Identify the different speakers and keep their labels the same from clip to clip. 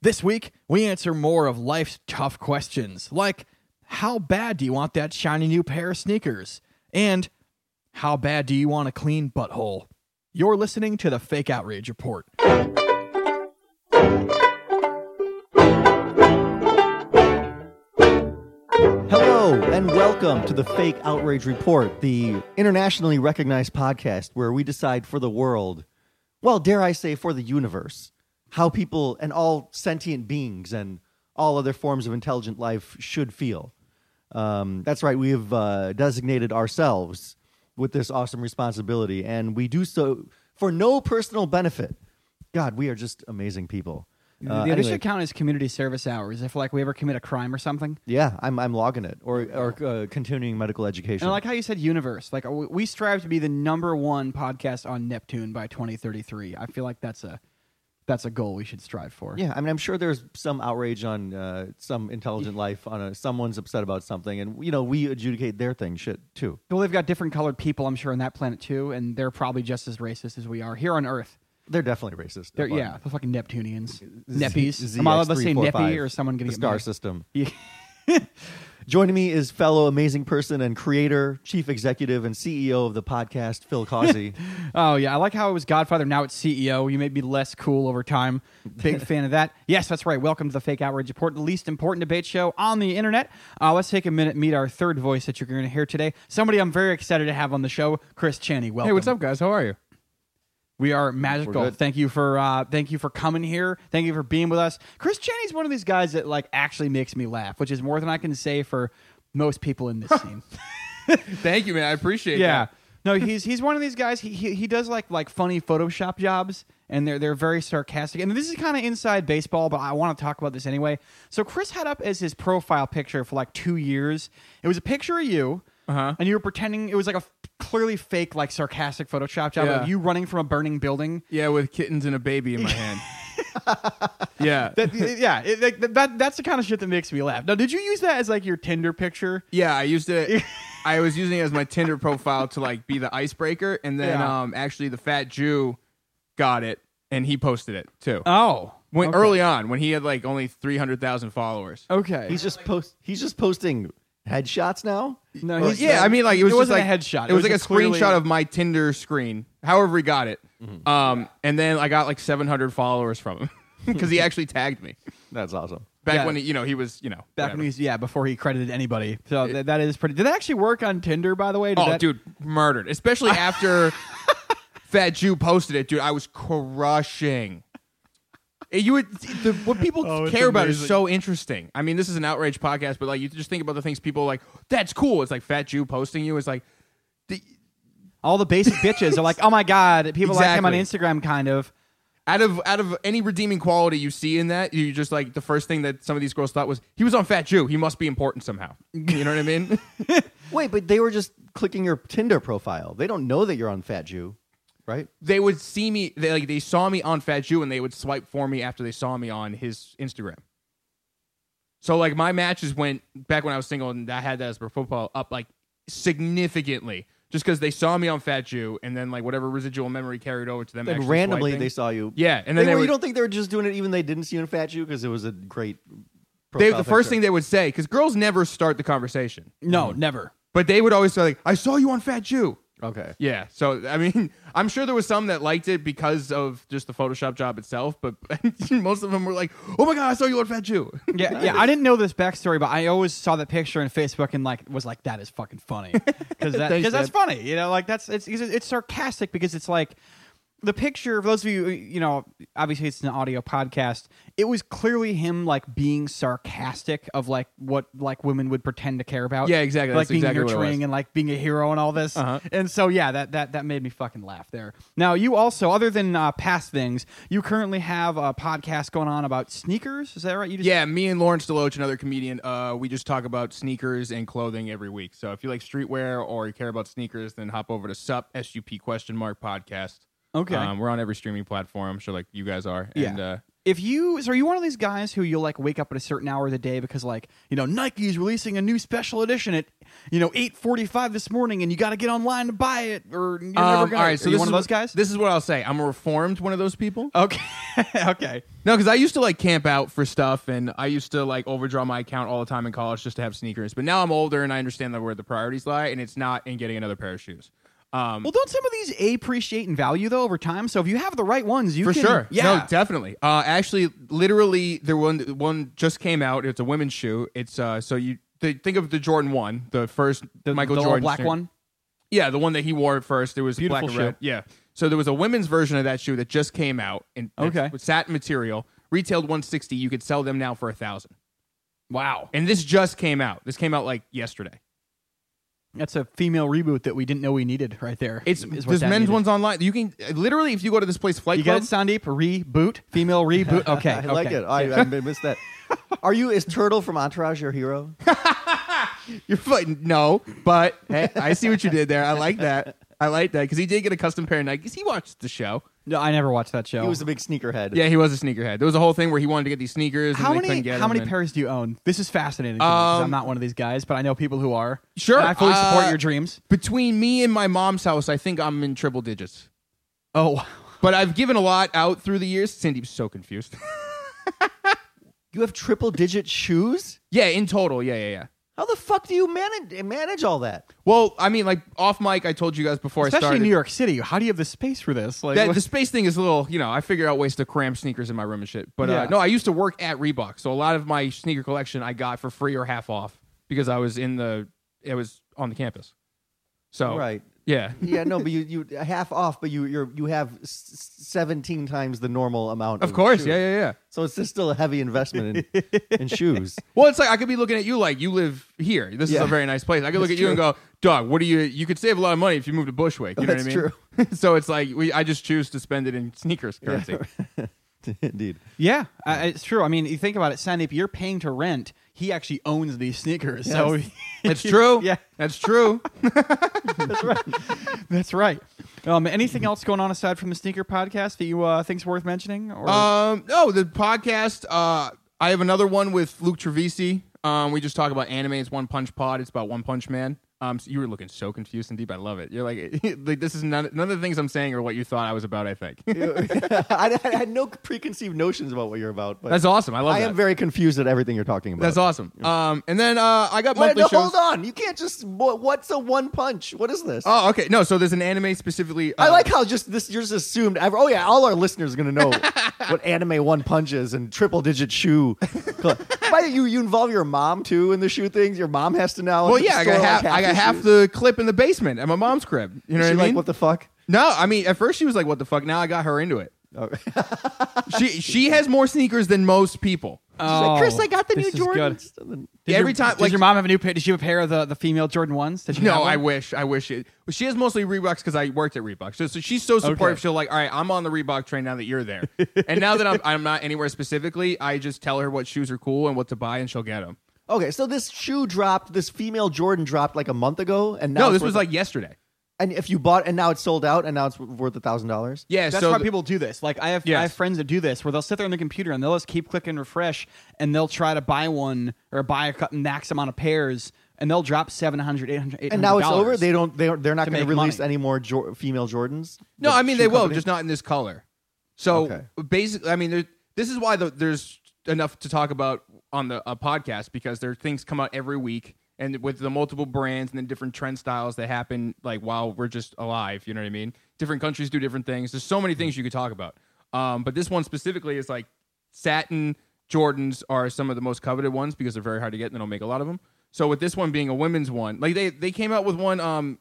Speaker 1: This week, we answer more of life's tough questions, like how bad do you want that shiny new pair of sneakers? And how bad do you want a clean butthole? You're listening to the Fake Outrage Report.
Speaker 2: Uh, Hello and welcome to the Fake Outrage Report, the internationally recognized podcast where we decide for the world, well, dare I say for the universe, how people and all sentient beings and all other forms of intelligent life should feel. Um, that's right, we have uh, designated ourselves with this awesome responsibility, and we do so for no personal benefit. God, we are just amazing people. Uh,
Speaker 1: the other
Speaker 2: anyway.
Speaker 1: should count as community service hours if, like, we ever commit a crime or something.
Speaker 2: Yeah, I'm, I'm logging it or, or uh, continuing medical education.
Speaker 1: And I like how you said universe. Like, we we strive to be the number one podcast on Neptune by 2033. I feel like that's a that's a goal we should strive for.
Speaker 2: Yeah, I mean, I'm sure there's some outrage on uh, some intelligent life on a, someone's upset about something, and you know, we adjudicate their thing shit too.
Speaker 1: Well, they've got different colored people, I'm sure, on that planet too, and they're probably just as racist as we are here on Earth.
Speaker 2: They're definitely racist.
Speaker 1: They're,
Speaker 2: But
Speaker 1: yeah, the fucking Neptunians,
Speaker 2: Z-
Speaker 1: Neppies. Am I allowed to say
Speaker 2: ZX345,
Speaker 1: Neppy or someone gonna
Speaker 2: the
Speaker 1: get
Speaker 2: star
Speaker 1: mad?
Speaker 2: system?
Speaker 1: Yeah.
Speaker 2: Joining me is fellow amazing person and creator, chief executive, and CEO of the podcast, Phil Causey.
Speaker 1: Oh yeah, I like how it was Godfather. Now it's CEO. You may be less cool over time. Big fan of that. Yes, that's right. Welcome to the Fake Outrage Report, the least important debate show on the internet. Uh, let's take a minute, meet our third voice that you're going to hear today. Somebody I'm very excited to have on the show, Chris Chaney. Welcome.
Speaker 3: Hey, what's up, guys? How are you?
Speaker 1: We are magical.
Speaker 2: We're good.
Speaker 1: Thank you for uh, thank you for coming here. Thank you for being with us. Chris Chaney's one of these guys that like actually makes me laugh, which is more than I can say for most people in this scene.
Speaker 3: Thank you, man. I appreciate
Speaker 1: yeah. No, he's he's one of these guys. He, he he does like like funny Photoshop jobs, and they're they're very sarcastic. And this is kind of inside baseball, but I want to talk about this anyway. So Chris had up as his profile picture for like two years. It was a picture of you,
Speaker 3: Uh-huh.
Speaker 1: and you were pretending it was like a f- clearly fake like sarcastic Photoshop job
Speaker 3: Yeah.
Speaker 1: of you running from a burning building.
Speaker 3: Yeah, with kittens and a baby in my hand. yeah.
Speaker 1: That, yeah, it, like, that that's the kind of shit that makes me laugh. Now, did you use that as like your Tinder picture?
Speaker 3: yeah, I used it. I was using it as my Tinder profile to like be the icebreaker, and then
Speaker 1: Yeah.
Speaker 3: um, actually the fat Jew got it, and he posted it too.
Speaker 1: Oh,
Speaker 3: when
Speaker 1: okay. Oh,
Speaker 3: early on, when he had like only three hundred thousand followers.
Speaker 1: Okay,
Speaker 2: he's just post. He's just posting headshots now.
Speaker 1: no,
Speaker 3: Well,
Speaker 1: he's-
Speaker 3: yeah, I mean, like it was
Speaker 1: it
Speaker 3: just
Speaker 1: wasn't
Speaker 3: like
Speaker 1: a headshot.
Speaker 3: It, was, like a
Speaker 1: just clearly- Mm-hmm.
Speaker 3: screenshot of my Tinder screen, however he got it. Um, and then I got like seven hundred followers from him because he actually tagged me
Speaker 2: That's awesome.
Speaker 3: back
Speaker 1: Yeah.
Speaker 3: when he, you know he was you know
Speaker 1: Back
Speaker 3: whatever.
Speaker 1: when he's yeah, before he credited anybody. So th- that is pretty. Did that actually work on Tinder, by the way? Did
Speaker 3: Oh,
Speaker 1: that-
Speaker 3: dude, murdered. Especially after Fat Jew posted it, dude. I was crushing. Eh, You would the, what people
Speaker 1: Oh, it's
Speaker 3: care about is
Speaker 1: amazing.
Speaker 3: so interesting. I mean, this is an outrage podcast, but like you just think about the things people are like. That's cool. It's like Fat Jew posting you. It's like the,
Speaker 1: all the basic bitches are like, oh my god, people like him on
Speaker 3: Exactly.
Speaker 1: Instagram, kind of.
Speaker 3: out of out of any redeeming quality you see in that, you just like the first thing that some of these girls thought was he was on Fat Jew. He must be important somehow. You know what I mean?
Speaker 2: Wait, but they were just clicking your Tinder profile. They don't know that you're on Fat Jew, right?
Speaker 3: they would see me. They like they saw me on Fat Jew, and they would swipe for me after they saw me on his Instagram. So like my matches went back when I was single, and I had that as my profile up like significantly, just because they saw me on Fat Jew, and then like whatever residual memory carried over to them.
Speaker 2: Then
Speaker 3: actually
Speaker 2: randomly
Speaker 3: swiping.
Speaker 2: they saw you.
Speaker 3: Yeah, and then
Speaker 2: They
Speaker 3: they
Speaker 2: were- you
Speaker 3: would-
Speaker 2: don't think they were just doing it even they didn't see you in Fat Jew because it was a great.
Speaker 3: They-
Speaker 2: profile
Speaker 3: the first
Speaker 2: picture.
Speaker 3: thing they would say because girls never start the conversation,
Speaker 1: No, never.
Speaker 3: but they would always say like I saw you on Fat Jew.
Speaker 2: Okay.
Speaker 3: Yeah, so I mean, I'm sure there was some that liked it because of just the Photoshop job itself, but most of them were like, "Oh my god, I saw you on Fat Jew."
Speaker 1: Yeah, yeah. I didn't know this backstory, but I always saw that picture on Facebook and like was like, that is fucking funny because that,
Speaker 3: Thanks,
Speaker 1: cause that's
Speaker 3: Dad.
Speaker 1: funny. You know, like that's it's, it's it's sarcastic because it's like the picture. For those of you, uh, you know, obviously it's an audio podcast. It was clearly him like being sarcastic of like what like women would pretend to care about.
Speaker 3: Yeah, exactly.
Speaker 1: Like
Speaker 3: That's
Speaker 1: being
Speaker 3: exactly what it
Speaker 1: nurturing
Speaker 3: was.
Speaker 1: and like being a hero and all this.
Speaker 3: Uh-huh.
Speaker 1: And so yeah, that that that made me fucking laugh there. Now you also, other than uh, past things, you currently have a podcast going on about sneakers. Is that right? You just
Speaker 3: Yeah, me and Lawrence Deloach, another comedian, uh, we just talk about sneakers and clothing every week. So if you like streetwear or you care about sneakers, then hop over to SUP SUP question mark podcast.
Speaker 1: Okay.
Speaker 3: um, we're on every streaming platform. I'm sure like you guys are.
Speaker 1: Yeah.
Speaker 3: And, uh,
Speaker 1: if you so are you one of these guys who you'll like wake up at a certain hour of the day because like you know Nike's releasing a new special edition at you know eight forty five this morning and you got to get online to buy it or you're never
Speaker 3: Um,
Speaker 1: gonna.
Speaker 3: all right, so
Speaker 1: are you
Speaker 3: this
Speaker 1: one of
Speaker 3: is-
Speaker 1: those guys?
Speaker 3: This is what I'll say. I'm a reformed one of those people.
Speaker 1: okay, okay.
Speaker 3: No, because I used to like camp out for stuff, and I used to like overdraw my account all the time in college just to have sneakers. But now I'm older, and I understand that where the priorities lie, and it's not in getting another pair of shoes. Um,
Speaker 1: Well, don't some of these appreciate in value though over time? So if you have the right ones, you
Speaker 3: for
Speaker 1: can,
Speaker 3: sure,
Speaker 1: yeah,
Speaker 3: no, definitely. Uh, actually, literally, there one one just came out. It's a women's shoe. It's uh, so you th- think of the Jordan one, the first
Speaker 1: the,
Speaker 3: Michael
Speaker 1: the all
Speaker 3: Jordan
Speaker 1: black
Speaker 3: shoe.
Speaker 1: one.
Speaker 3: Yeah, the one that he wore at first. There was
Speaker 1: Beautiful
Speaker 3: black and red.
Speaker 1: shoe.
Speaker 3: Yeah. So there was a women's version of that shoe that just came out and it's
Speaker 1: Okay.
Speaker 3: with satin material, retailed 160. You could sell them now for a thousand.
Speaker 1: Wow,
Speaker 3: And this just came out. This came out like yesterday.
Speaker 1: that's a female reboot that we didn't know we needed right there.
Speaker 3: It's
Speaker 1: is what
Speaker 3: there's
Speaker 1: that
Speaker 3: men's
Speaker 1: needed.
Speaker 3: ones online. You can literally if you go to this place, Flight
Speaker 1: You got
Speaker 3: Club.
Speaker 1: it, Sandeep? Reboot, female reboot. Okay,
Speaker 2: I like
Speaker 1: okay.
Speaker 2: it. I, I missed that. Are you is Turtle from Entourage your hero?
Speaker 3: You're fighting no, but hey, I see what you did there. I like that. I like that because he did get a custom pair of Nikes. He watched the show.
Speaker 1: No, I never watched that show.
Speaker 2: He was a big sneakerhead.
Speaker 3: Yeah, he was a sneakerhead. There was a whole thing where he wanted to get these sneakers. And
Speaker 1: How
Speaker 3: they
Speaker 1: many
Speaker 3: couldn't get
Speaker 1: how
Speaker 3: them,
Speaker 1: many
Speaker 3: and-
Speaker 1: pairs do you own? This is fascinating to me 'cause
Speaker 3: Um,
Speaker 1: I'm not one of these guys, but I know people who are.
Speaker 3: Sure,
Speaker 1: And I fully support
Speaker 3: uh,
Speaker 1: your dreams.
Speaker 3: Between me and my mom's house, I think I'm in triple digits.
Speaker 1: Oh,
Speaker 3: But I've given a lot out through the years. Cindy's so confused.
Speaker 2: You have triple digit shoes?
Speaker 3: yeah, in total. Yeah, yeah, yeah.
Speaker 2: How the fuck do you manage manage all that?
Speaker 3: Well, I mean, like off mic, I told you guys before I
Speaker 1: especially
Speaker 3: started.
Speaker 1: in New York City. How do you have the space for this? Like,
Speaker 3: That, the space thing is a little, you know, I figure out ways to cram sneakers in my room and shit. But
Speaker 1: Yeah.
Speaker 3: uh, no, I used to work at Reebok, so a lot of my sneaker collection I got for free or half off because I was in the, it was on the campus. So
Speaker 2: Right.
Speaker 3: yeah,
Speaker 2: Yeah, no, but you you half off, but you you're you have s- seventeen times the normal amount.
Speaker 3: of course,
Speaker 2: shoes.
Speaker 3: yeah, yeah, yeah.
Speaker 2: So it's just still a heavy investment in, in shoes.
Speaker 3: Well, it's like I could be looking at you like you live here. This is
Speaker 2: Yeah.
Speaker 3: a very nice place. I could look at you and go, "Dog, what do you? You could save a lot of money if you moved to Bushwick." You know
Speaker 2: That's
Speaker 3: what I mean? so it's like we, I just choose to spend it in sneakers currency.
Speaker 2: Indeed.
Speaker 1: yeah, I, it's true. I mean, you think about it, Sandeep. You're paying to rent. He actually owns these sneakers. So
Speaker 3: That's true.
Speaker 1: Yeah.
Speaker 3: that's true.
Speaker 1: that's right. Um, anything else going on aside from the sneaker podcast that you uh, think's worth mentioning? Or
Speaker 3: Um, no, the podcast. Uh, I have another one with Luke Trevisi. Um, we just talk about anime. It's One Punch Pod. It's about One Punch Man. Um, so you were looking so confused and deep. I love it. You're like, like this is none, none of the things I'm saying are what you thought I was about. I think
Speaker 2: I, I had no preconceived notions about what you're about, but
Speaker 3: that's awesome. I love
Speaker 2: I
Speaker 3: that.
Speaker 2: am very confused at everything you're talking about.
Speaker 3: that's awesome. Um, and then uh, I got
Speaker 2: Wait,
Speaker 3: monthly
Speaker 2: no,
Speaker 3: shows.
Speaker 2: hold on. You can't just. wha- What's a one punch? What is this?
Speaker 3: Oh, okay. No, so there's an anime specifically. uh,
Speaker 2: I like how just this. You're just assumed. ever- Oh yeah, all our listeners are gonna know what anime one punch is and triple digit shoe. By the you, you involve your mom too in the shoe things. Your mom has to now.
Speaker 3: Well, yeah, I
Speaker 2: store,
Speaker 3: got
Speaker 2: like,
Speaker 3: half. I got
Speaker 2: your
Speaker 3: half
Speaker 2: shoes.
Speaker 3: the clip in the basement at my mom's crib. You
Speaker 2: She
Speaker 3: know what I mean?
Speaker 2: like what the fuck?
Speaker 3: no, I mean at first she was like, "What the fuck?" Now I got her into it.
Speaker 2: Oh.
Speaker 3: she she has more sneakers than most people.
Speaker 2: She's
Speaker 3: Oh,
Speaker 2: like, Chris, I got the
Speaker 1: this
Speaker 2: new
Speaker 1: is good.
Speaker 2: Jordans. And then-
Speaker 1: Did
Speaker 3: Every
Speaker 1: your-
Speaker 3: time,
Speaker 1: did
Speaker 3: like-
Speaker 1: your mom have a new pair? Did you have a pair of the, the female Jordan ones? Did you have
Speaker 3: No,
Speaker 1: one?
Speaker 3: I wish. I wish it. Well, She has mostly Reeboks because I worked at Reebok. So, so she's so supportive.
Speaker 1: Okay.
Speaker 3: She'll like, all right, I'm on the Reebok train now that you're there. and now that I'm, I'm not anywhere specifically, I just tell her what shoes are cool and what to buy, and she'll get them.
Speaker 2: Okay, so this shoe dropped. This female Jordan dropped like a month ago, and now
Speaker 3: No,
Speaker 2: it's
Speaker 3: this
Speaker 2: worth-
Speaker 3: was like yesterday.
Speaker 2: And if you bought, and now it's sold out, and now it's worth a thousand dollars.
Speaker 3: Yeah,
Speaker 1: That's
Speaker 3: so
Speaker 1: why
Speaker 3: th-
Speaker 1: people do this. Like I have
Speaker 3: Yes.
Speaker 1: I have friends that do this where they'll sit there on the computer and they'll just keep clicking refresh and they'll try to buy one or buy a cut max amount of pairs and they'll drop 700 800
Speaker 2: and now it's
Speaker 1: $800.
Speaker 2: over. They don't. They don't, they're not
Speaker 1: To
Speaker 2: going to
Speaker 1: make
Speaker 2: release
Speaker 1: money.
Speaker 2: any more jo- female Jordans.
Speaker 3: No,
Speaker 2: The
Speaker 3: I mean
Speaker 2: shoe
Speaker 3: they will,
Speaker 2: company?
Speaker 3: just not in this color. So
Speaker 2: Okay.
Speaker 3: basically, I mean, there, this is why the, there's enough to talk about on the a podcast because there are things come out every week, and with the multiple brands and the different trend styles that happen, like while we're just alive, you know what I mean? Different countries do different things. There's so many things you could talk about, um, but this one specifically is like satin Jordans are some of the most coveted ones because they're very hard to get and they don't make a lot of them. So with this one being a women's one, like they they came out with one um,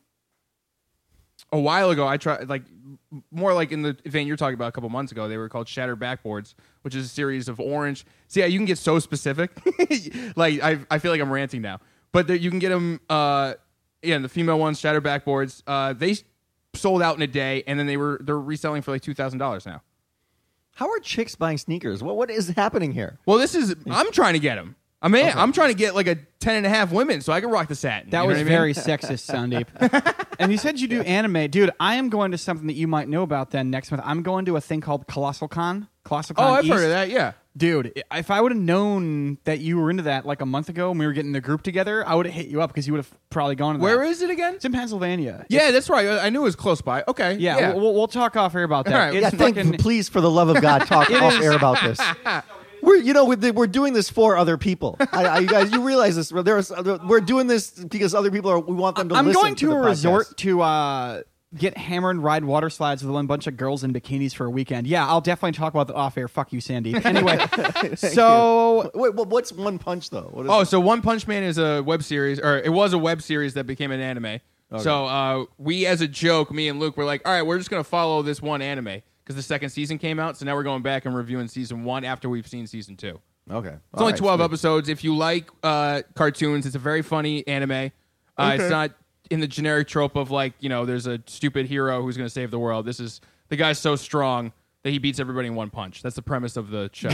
Speaker 3: a while ago i tried like m- more like in the vein you're talking about a couple months ago they were called shattered backboards which is a series of orange see how you can get so specific like I, I feel like i'm ranting now but there, you can get them uh yeah the female ones shattered backboards uh they s- sold out in a day and then they were they're reselling for like $2000 now
Speaker 2: How are chicks buying sneakers? What what is happening here?
Speaker 3: well this is i'm trying to get them I mean, I'm trying to get like a 10 and a half women so I can rock the satin.
Speaker 1: That
Speaker 3: You know
Speaker 1: was
Speaker 3: what I mean?
Speaker 1: very sexist, Sandeep. and you said you do anime, dude. I am going to something that you might know about. Then next month, I'm going to a thing called Colossal Con. Colossal Con.
Speaker 3: Oh, I've
Speaker 1: East.
Speaker 3: heard of that. Yeah.
Speaker 1: dude. i- If I would have known that you were into that like a month ago, and we were getting the group together, I would have hit you up because you would have probably gone. To
Speaker 3: Where
Speaker 1: that.
Speaker 3: is it again?
Speaker 1: It's in Pennsylvania.
Speaker 3: Yeah, that's right. I I knew it was close by. Okay.
Speaker 1: Yeah, We'll, we'll talk off air about that.
Speaker 3: All right.
Speaker 1: It's
Speaker 2: yeah, thank,
Speaker 1: fucking-
Speaker 2: please, for the love of God, talk off air about this. We're, you know, we're, we're doing this for other people. I, I, you guys, you realize this? There is, uh, we're doing this because other people are. We want them to.
Speaker 1: I'm
Speaker 2: listen
Speaker 1: going to,
Speaker 2: the
Speaker 1: a
Speaker 2: podcast.
Speaker 1: resort to uh, get hammered and ride water slides with a bunch of girls in bikinis for a weekend. Yeah, I'll definitely talk about the off air. Fuck you, Sandy. Anyway, so
Speaker 2: Wait, what- what's One Punch though? What is
Speaker 3: Oh,
Speaker 2: it?
Speaker 3: so One Punch Man is a web series, or it was a web series that became an anime. So uh, we, as a joke, me and Luke were like, all right, we're just going to follow this one anime because the second season came out. So now we're going back and reviewing season one after we've seen season two.
Speaker 2: okay.
Speaker 3: It's only 12 episodes. If you like uh, cartoons, it's a very funny anime. Uh, It's not in the generic trope of like, you know, there's a stupid hero who's going to save the world. This is the guy's so strong that he beats everybody in one punch. That's the premise of the show.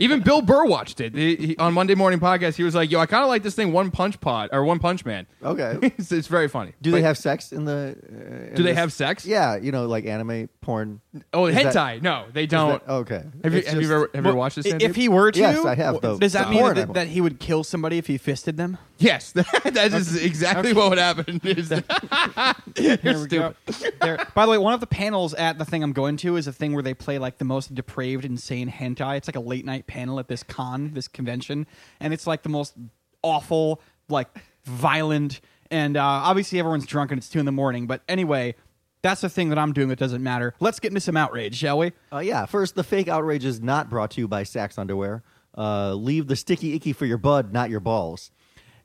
Speaker 3: Even Bill Burr watched it He- he- on Monday Morning Podcast. He was like, "Yo, I kind of like this thing, One Punch Pod or One Punch Man."
Speaker 2: Okay.
Speaker 3: it's, it's very funny.
Speaker 2: Oh. Do
Speaker 3: But-
Speaker 2: they have sex in the? Uh, in
Speaker 3: Do they
Speaker 2: this-
Speaker 3: have sex?
Speaker 2: Yeah, you know, like anime porn.
Speaker 3: Oh,
Speaker 2: Is
Speaker 3: hentai? Oh.
Speaker 2: that-
Speaker 3: no, they
Speaker 2: is
Speaker 3: don't.
Speaker 2: that- okay.
Speaker 3: Have you,
Speaker 2: It's
Speaker 3: have you
Speaker 2: just-
Speaker 3: ever have you ever watched this?
Speaker 1: i-
Speaker 3: Sandeep?
Speaker 1: if he were to,
Speaker 2: Yes, I have, though.
Speaker 1: Does that
Speaker 2: So-
Speaker 1: mean
Speaker 2: Porn,
Speaker 1: that,
Speaker 2: I
Speaker 1: that he would kill somebody if he fisted them?
Speaker 3: yes, that is exactly what would happen. Is
Speaker 1: Here we go. There- by the way, one of the panels at the thing I'm going to is a thing where they play like the most depraved, insane hentai. It's like a late night panel at this con, this convention, and it's like the most awful, like violent, and uh, obviously everyone's drunk and it's two in the morning. But anyway, that's the thing that I'm doing that doesn't matter. Let's get into some outrage, shall we?
Speaker 2: Uh, yeah, first, the fake outrage is not brought to you by Saks Underwear. Uh, leave the sticky icky for your bud, not your balls.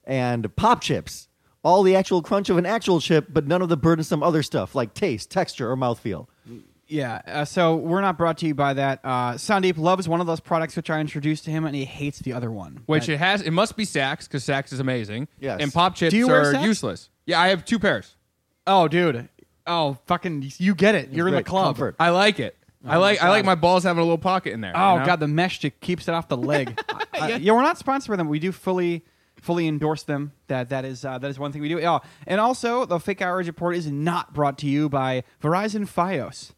Speaker 2: And pop chips. All the actual crunch of an actual chip, but none of the burdensome other stuff like taste, texture, or mouthfeel.
Speaker 1: Yeah, uh, so we're not brought to you by that. Uh, Sandeep loves one of those products which I introduced to him, and he hates the other one.
Speaker 3: Which
Speaker 1: That-
Speaker 3: it has, it must be Saks because Saks is amazing.
Speaker 2: Yes.
Speaker 3: And pop chips
Speaker 1: Do you wear
Speaker 3: are
Speaker 1: Saks?
Speaker 3: useless. Yeah, I have two pairs.
Speaker 1: oh, dude, oh fucking, you get it. You're in the
Speaker 2: Great
Speaker 1: club.
Speaker 2: comfort.
Speaker 3: I like it. I like I like my balls having a little pocket in there.
Speaker 1: Oh
Speaker 3: you know?
Speaker 1: god, the mesh just keeps it off the leg. I- I- yeah. we're not sponsored by them. We do fully, fully endorse them. That that is uh, that is one thing we do. Oh, and also the fake outrage report is not brought to you by Verizon FiOS.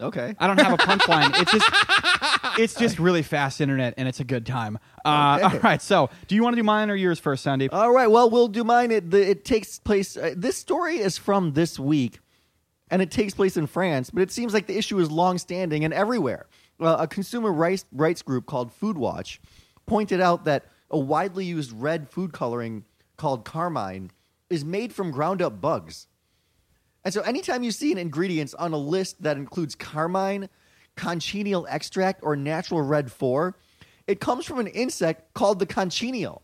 Speaker 2: Okay.
Speaker 1: I don't have a punchline. it's just it's just really fast internet, and it's a good time. Uh,
Speaker 2: Okay.
Speaker 1: All right, so do you want to do mine or yours first, Sandeep?
Speaker 2: All right. Well, we'll do mine. It, the, it takes place. Uh, this story is from this week, and it takes place in France. But it seems like the issue is longstanding and everywhere. Uh, a consumer rights, rights group called Food Watch pointed out that a widely used red food coloring called carmine is made from ground up bugs. And so, anytime you see an ingredients on a list that includes carmine, cochineal extract, or natural red four, it comes from an insect called the cochineal.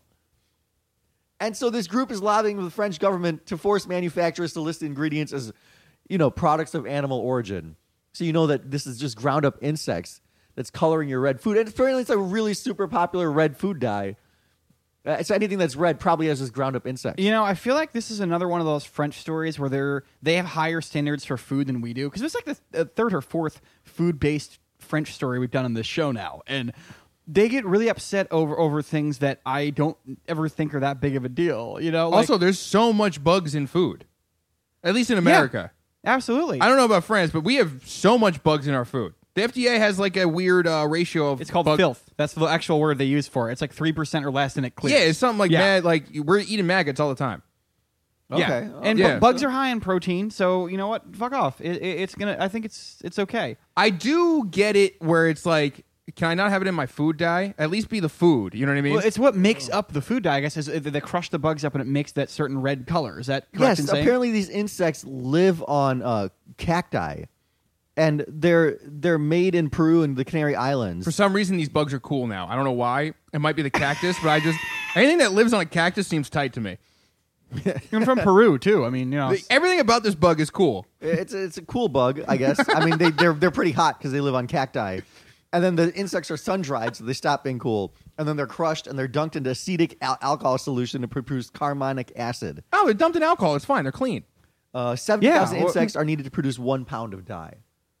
Speaker 2: And so this group is lobbying the French government to force manufacturers to list ingredients as, you know, products of animal origin. So you know that this is just ground up insects that's coloring your red food. And apparently it's a really super popular red food dye. Uh, so anything that's red probably has this ground up insect.
Speaker 1: You know, I feel like this is another one of those French stories where they're they have higher standards for food than we do because it's like the th- uh, third or fourth food based French story we've done on this show now, and they get really upset over over things that I don't ever think are that big of a deal. You know, like-
Speaker 3: also, there's so much bugs in food, at least in
Speaker 1: Yeah,
Speaker 3: America.
Speaker 1: absolutely.
Speaker 3: I don't know about France, but we have so much bugs in our food. The FDA has like a weird uh, ratio of
Speaker 1: it's called
Speaker 3: bug-
Speaker 1: filth. That's the actual word they use for it. It's like three percent or less, and it clears.
Speaker 3: Yeah, it's something like
Speaker 1: Yeah.
Speaker 3: mad. Like we're eating maggots all the time.
Speaker 1: Yeah.
Speaker 2: Okay.
Speaker 1: And bu-
Speaker 3: Yeah.
Speaker 1: bugs are high in protein, so you know what? Fuck off. It, it, it's gonna. I think it's it's okay.
Speaker 3: I do get it where it's like, can I not have it in my food dye? At least be the food. You know what I mean?
Speaker 1: Well, it's what makes up the food dye, I guess, is uh, they crush the bugs up and it makes that certain red color. Is that correct
Speaker 2: Yes,
Speaker 1: in saying?
Speaker 2: apparently these insects live on uh, cacti, and they're they're made in Peru and the Canary Islands.
Speaker 3: For some reason, these bugs are cool now. I don't know why. It might be the cactus, but I just anything that lives on a cactus seems tight to me.
Speaker 1: Even from Peru, too. I mean, you know. it's-
Speaker 3: Everything about this bug is cool.
Speaker 2: It's it's a cool bug, I guess. I mean, they, they're they're pretty hot because they live on cacti, and then the insects are sun dried, so they stop being cool, and then they're crushed and they're dunked into acetic al- alcohol solution to produce carminic acid.
Speaker 3: Oh, they're dumped in alcohol. It's fine. They're clean.
Speaker 2: Uh, Seventy thousand
Speaker 1: Yeah, well-
Speaker 2: insects are needed to produce one pound of dye.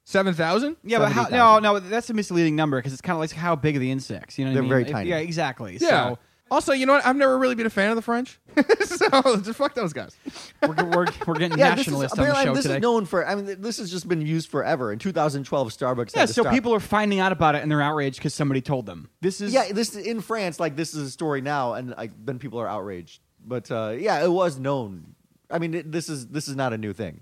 Speaker 3: Seven thousand?
Speaker 1: Yeah, but how,
Speaker 2: 70,000.
Speaker 1: no, no, that's a misleading number because it's kind of like how big are the insects? You know, what I
Speaker 2: They're
Speaker 1: mean?
Speaker 2: very
Speaker 1: If-
Speaker 2: tiny.
Speaker 1: Yeah, exactly.
Speaker 3: Yeah.
Speaker 1: So
Speaker 3: also, you know what? I've never really been a fan of the French, so just fuck those guys.
Speaker 1: we're, we're, we're getting
Speaker 2: Yeah, this is,
Speaker 1: nationalist on the
Speaker 2: apparently
Speaker 1: show
Speaker 2: this
Speaker 1: today.
Speaker 2: is known for. I mean, th- this has just been used forever. In 2012, Starbucks.
Speaker 1: yeah,
Speaker 2: had to
Speaker 1: so
Speaker 2: stop.
Speaker 1: people are finding out about it and they're outraged because somebody told them. This is
Speaker 2: Yeah, this in France, like this is a story now, and like then people are outraged. But uh, yeah, it was known. I mean, it, this is this is not a new thing.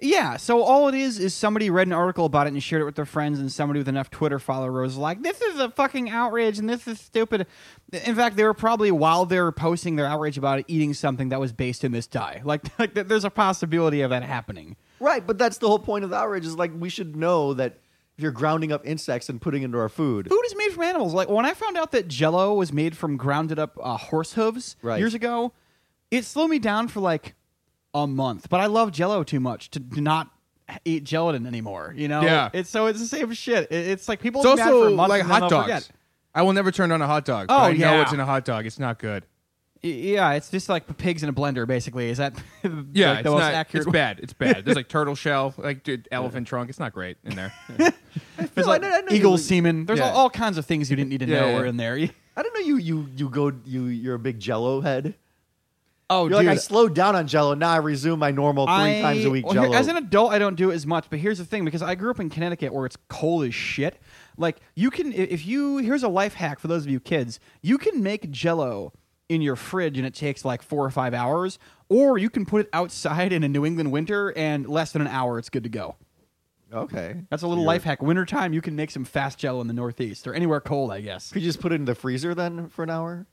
Speaker 1: Yeah, so all it is is somebody read an article about it and shared it with their friends, and somebody with enough Twitter followers was like, "This is a fucking outrage, and this is stupid." In fact, they were probably while they were posting their outrage about it, eating something that was based in this dye. Like, like th- there's a possibility of that happening.
Speaker 2: Right, but that's the whole point of the outrage. Is like we should know that if you're grounding up insects and putting into our food,
Speaker 1: Food is made from animals. Like when I found out that Jello was made from grounded up uh, horse hooves
Speaker 2: Right.
Speaker 1: years ago, it slowed me down for like a month. But I love Jello too much to not eat gelatin anymore. You know,
Speaker 3: Yeah.
Speaker 1: It's so it's the same shit. It- it's like people
Speaker 3: It's
Speaker 1: will be mad for
Speaker 3: also
Speaker 1: a month
Speaker 3: like
Speaker 1: and then
Speaker 3: hot
Speaker 1: they'll
Speaker 3: dogs.
Speaker 1: forget.
Speaker 3: I will never turn on a hot dog. but
Speaker 1: Oh,
Speaker 3: I know
Speaker 1: yeah.
Speaker 3: it's in a hot dog. It's not good.
Speaker 1: Y- Yeah, it's just like pigs in a blender. Basically, is that
Speaker 3: Yeah,
Speaker 1: like
Speaker 3: it's
Speaker 1: the most
Speaker 3: not-
Speaker 1: accurate?
Speaker 3: It's bad. It's bad. There's like turtle shell, like dude, elephant trunk. It's not great in there.
Speaker 1: There's
Speaker 2: No, I
Speaker 1: like
Speaker 2: know- I know you
Speaker 1: eagle
Speaker 2: would-
Speaker 1: semen. There's
Speaker 3: Yeah.
Speaker 1: all, all kinds of things you didn't need to
Speaker 3: Yeah,
Speaker 1: know
Speaker 3: yeah,
Speaker 1: were
Speaker 3: yeah.
Speaker 1: in there.
Speaker 2: I don't know. You you you go you you're a big Jello head.
Speaker 1: Oh,
Speaker 2: You're like I slowed down on Jello. Now I resume my normal three
Speaker 1: I-
Speaker 2: times a week
Speaker 1: well, here-
Speaker 2: Jello.
Speaker 1: as an adult, I don't do it as much. But here's the thing: because I grew up in Connecticut, where it's cold as shit. Like you can, i- if you here's a life hack for those of you kids: you can make Jello in your fridge, and it takes like four or five hours. Or you can put it outside in a New England winter, and less than an hour, it's good to go.
Speaker 2: okay,
Speaker 1: That's a little life hack. Wintertime, you can make some fast Jello in the Northeast or anywhere cold, I guess.
Speaker 2: could you just put it in the freezer then for an hour?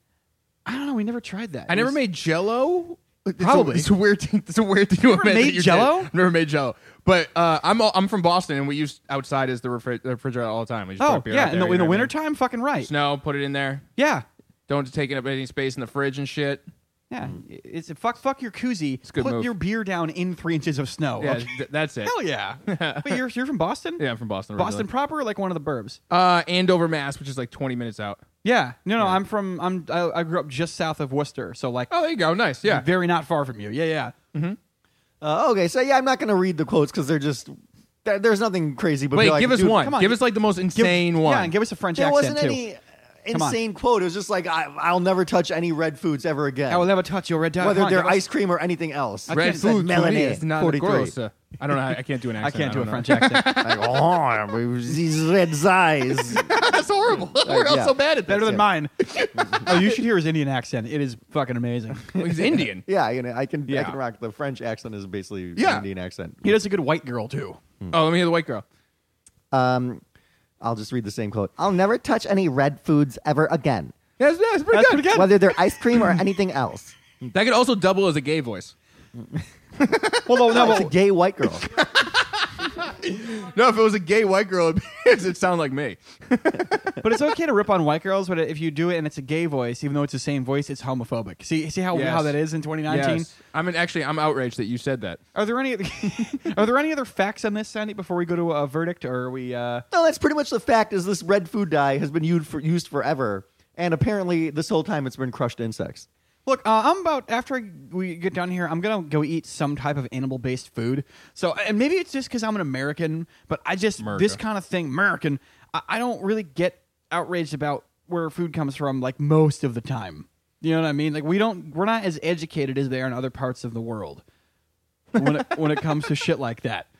Speaker 1: I don't know. We never tried that.
Speaker 3: I
Speaker 1: It
Speaker 3: never
Speaker 1: was-
Speaker 3: made Jello. It's a-
Speaker 1: Probably.
Speaker 3: it's a weird thing. It's a weird thing. You
Speaker 1: ever made Jell-O?
Speaker 3: I've never made Jello, but uh, I'm all- I'm from Boston, and we use outside as the refri- the refrigerator all the time. We just
Speaker 1: Oh
Speaker 3: put beer
Speaker 1: yeah,
Speaker 3: out
Speaker 1: in
Speaker 3: there,
Speaker 1: the,
Speaker 3: you
Speaker 1: in the
Speaker 3: know what I mean?
Speaker 1: wintertime, fucking right.
Speaker 3: snow, put it in there.
Speaker 1: Yeah,
Speaker 3: Don't take up any space in the fridge and shit.
Speaker 1: Yeah, it's a fuck. Fuck your koozie.
Speaker 3: Mm. a good
Speaker 1: Put
Speaker 3: move.
Speaker 1: your beer down in three inches of snow.
Speaker 3: Yeah,
Speaker 1: okay?
Speaker 3: th- that's it.
Speaker 1: Hell yeah. Wait, you're you're from Boston?
Speaker 3: Yeah, I'm from Boston. originally.
Speaker 1: Boston proper, or like one of the burbs.
Speaker 3: Uh, Andover, Mass, which is like 20 minutes out.
Speaker 1: Yeah. No, no. I'm from. I'm. I, I grew up just south of Worcester, so like
Speaker 3: Oh, there you go. Nice. Yeah.
Speaker 1: very not far from you. Yeah, yeah.
Speaker 2: Uh, okay, so yeah, I'm not going to read the quotes because they're just there, there's nothing crazy. But
Speaker 3: Wait,
Speaker 2: they're like,
Speaker 3: give us
Speaker 2: dude,
Speaker 3: one.
Speaker 1: come on.
Speaker 3: Give us like the most
Speaker 1: Give-
Speaker 3: insane one.
Speaker 1: Yeah, and give us a French
Speaker 2: There
Speaker 1: accent
Speaker 2: wasn't
Speaker 1: too.
Speaker 2: any
Speaker 1: Come on.
Speaker 2: insane quote. It was just like I, I'll never touch any red foods ever again,
Speaker 1: I will never touch your red dye.
Speaker 2: whether
Speaker 1: uh, Come on,
Speaker 2: they're
Speaker 1: give us-
Speaker 2: ice cream or anything else.
Speaker 1: I
Speaker 3: Red
Speaker 1: can't say
Speaker 3: food for me
Speaker 2: Melanie,
Speaker 3: is not
Speaker 2: 43.
Speaker 3: gross. Uh, I don't know. I can't do an
Speaker 1: I
Speaker 3: accent.
Speaker 1: can't do a
Speaker 3: don't
Speaker 1: French
Speaker 3: know.
Speaker 1: accent.
Speaker 2: like, oh, these red eyes.
Speaker 3: That's horrible. We're all
Speaker 2: yeah.
Speaker 3: so bad at that.
Speaker 1: Better than
Speaker 2: it.
Speaker 1: mine. oh, you should hear his Indian accent. It is fucking amazing.
Speaker 3: He's Indian.
Speaker 2: yeah, you know, I can I
Speaker 3: Yeah.
Speaker 2: can rock the French accent is basically
Speaker 3: Yeah.
Speaker 2: an Indian accent.
Speaker 1: He does a good white girl too.
Speaker 3: Oh, let me hear the white girl.
Speaker 2: Um, I'll just read the same quote. I'll never touch any red foods ever again,
Speaker 3: That's, that's pretty
Speaker 1: That's
Speaker 3: good.
Speaker 1: pretty good.
Speaker 2: whether they're ice cream or anything else.
Speaker 3: That could also double as a gay voice.
Speaker 1: Well, no, no,
Speaker 2: That's a
Speaker 1: but,
Speaker 2: gay white girl.
Speaker 3: No, if it was a gay white girl, it'd, be- it'd sound like me.
Speaker 1: but it's okay to rip on white girls, but if you do it and it's a gay voice, even though it's the same voice, it's homophobic. See, see how
Speaker 3: Yes.
Speaker 1: how that is in 2019.
Speaker 3: Yes. I'm an, actually I'm outraged that you said that.
Speaker 1: Are there any Are there any other facts on this, Sandy? Before we go to a verdict, or are we? Uh,
Speaker 2: No, that's pretty much the fact. Is this red food dye has been used for used forever, and apparently this whole time it's been crushed insects.
Speaker 1: look, uh, I'm about after I, we get done here, I'm gonna go eat some type of animal based food. So, and maybe it's just because I'm an American, but I just
Speaker 3: America.
Speaker 1: this kind of thing, American. I, I don't really get outraged about where food comes from, like most of the time. You know what I mean? Like we don't, we're not as educated as they are in other parts of the world when it, when it comes to shit like that.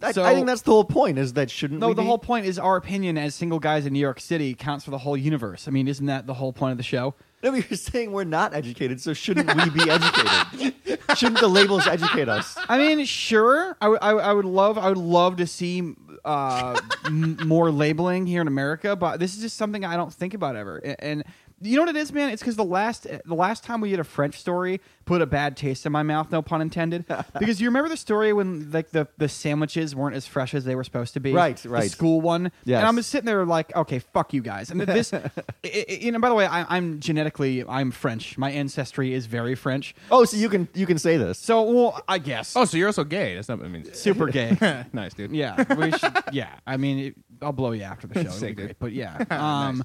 Speaker 2: I,
Speaker 1: So-
Speaker 2: I think that's the whole point. Is that shouldn't
Speaker 1: No,
Speaker 2: we
Speaker 1: the
Speaker 2: be-
Speaker 1: whole point is our opinion as single guys in New York City counts for the whole universe. I mean, isn't that the whole point of the show?
Speaker 2: No, but you're saying we're not educated, so shouldn't we be educated? shouldn't the labels educate us?
Speaker 1: I mean, sure. I, w- I w- I would love I would love to see uh, m- more labeling here in America, but this is just something I don't think about ever. A- And, you know what it is, man? It's because the last the last time we did a French story put a bad taste in my mouth, no pun intended. because you remember the story when like the, the sandwiches weren't as fresh as they were supposed to be,
Speaker 2: Right,
Speaker 1: The
Speaker 2: right.
Speaker 1: school one.
Speaker 2: Yes.
Speaker 1: And I'm just sitting there like, okay, fuck you guys. And this, i- i- you know. By the way, I, I'm genetically I'm French. My ancestry is very French.
Speaker 2: Oh, so you can you can say this.
Speaker 1: So, well, I guess
Speaker 2: Oh,
Speaker 3: Oh, so you're also gay. That's not what I mean.
Speaker 1: super gay.
Speaker 3: nice, dude.
Speaker 1: Yeah, we should, yeah. I mean, it, I'll blow you after the show. It'll be
Speaker 3: Sick, dude.
Speaker 1: great. But yeah, um,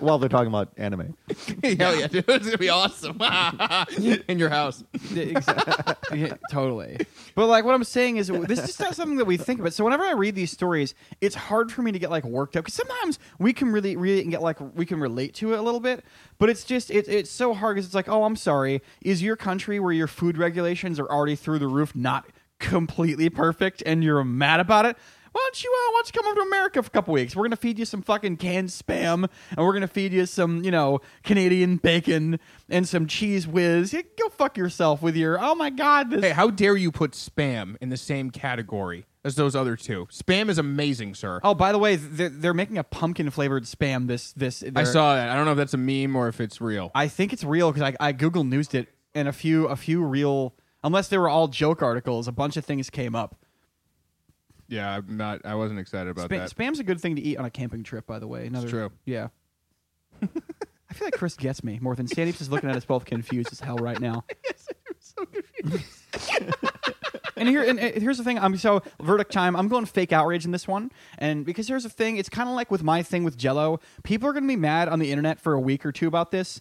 Speaker 2: While they're talking about anime.
Speaker 3: Hell yeah, dude. It's going to be awesome. In your house.
Speaker 1: Yeah, exa- yeah, totally. But like what I'm saying is this is just not something that we think about. So whenever I read these stories, it's hard for me to get like worked up because sometimes we can really really get like we can relate to it a little bit. But it's just it, it's so hard because it's like oh I'm sorry, is your country where your food regulations are already through the roof not completely perfect and you're mad about it? Why don't you uh, why don't you come over to America for a couple weeks? We're gonna feed you some fucking canned spam, and we're gonna feed you some you know Canadian bacon and some cheese whiz. Yeah, go fuck yourself with your oh my god this
Speaker 3: Hey, how dare you put spam in the same category as those other two? Spam is amazing, sir.
Speaker 1: Oh, by the way, they're, they're making a pumpkin flavored spam. This this
Speaker 3: I
Speaker 1: they're-
Speaker 3: saw that. I don't know if that's a meme or if it's real.
Speaker 1: I think it's real because I, I Google newsed it, and a few a few real, unless they were all joke articles, a bunch of things came up.
Speaker 3: yeah, I'm not. I wasn't excited about
Speaker 1: Spam, spam's a good thing to eat on a camping trip, by the way. Another,
Speaker 3: true.
Speaker 1: Yeah. I feel like Chris gets me more than Sandy's just looking at us both confused as hell right now. and here and uh, here's the thing. I'm so verdict time. I'm going fake outrage in this one, and because here's the thing, it's kind of like with my thing with Jello. People are going to be mad on the internet for a week or two about this,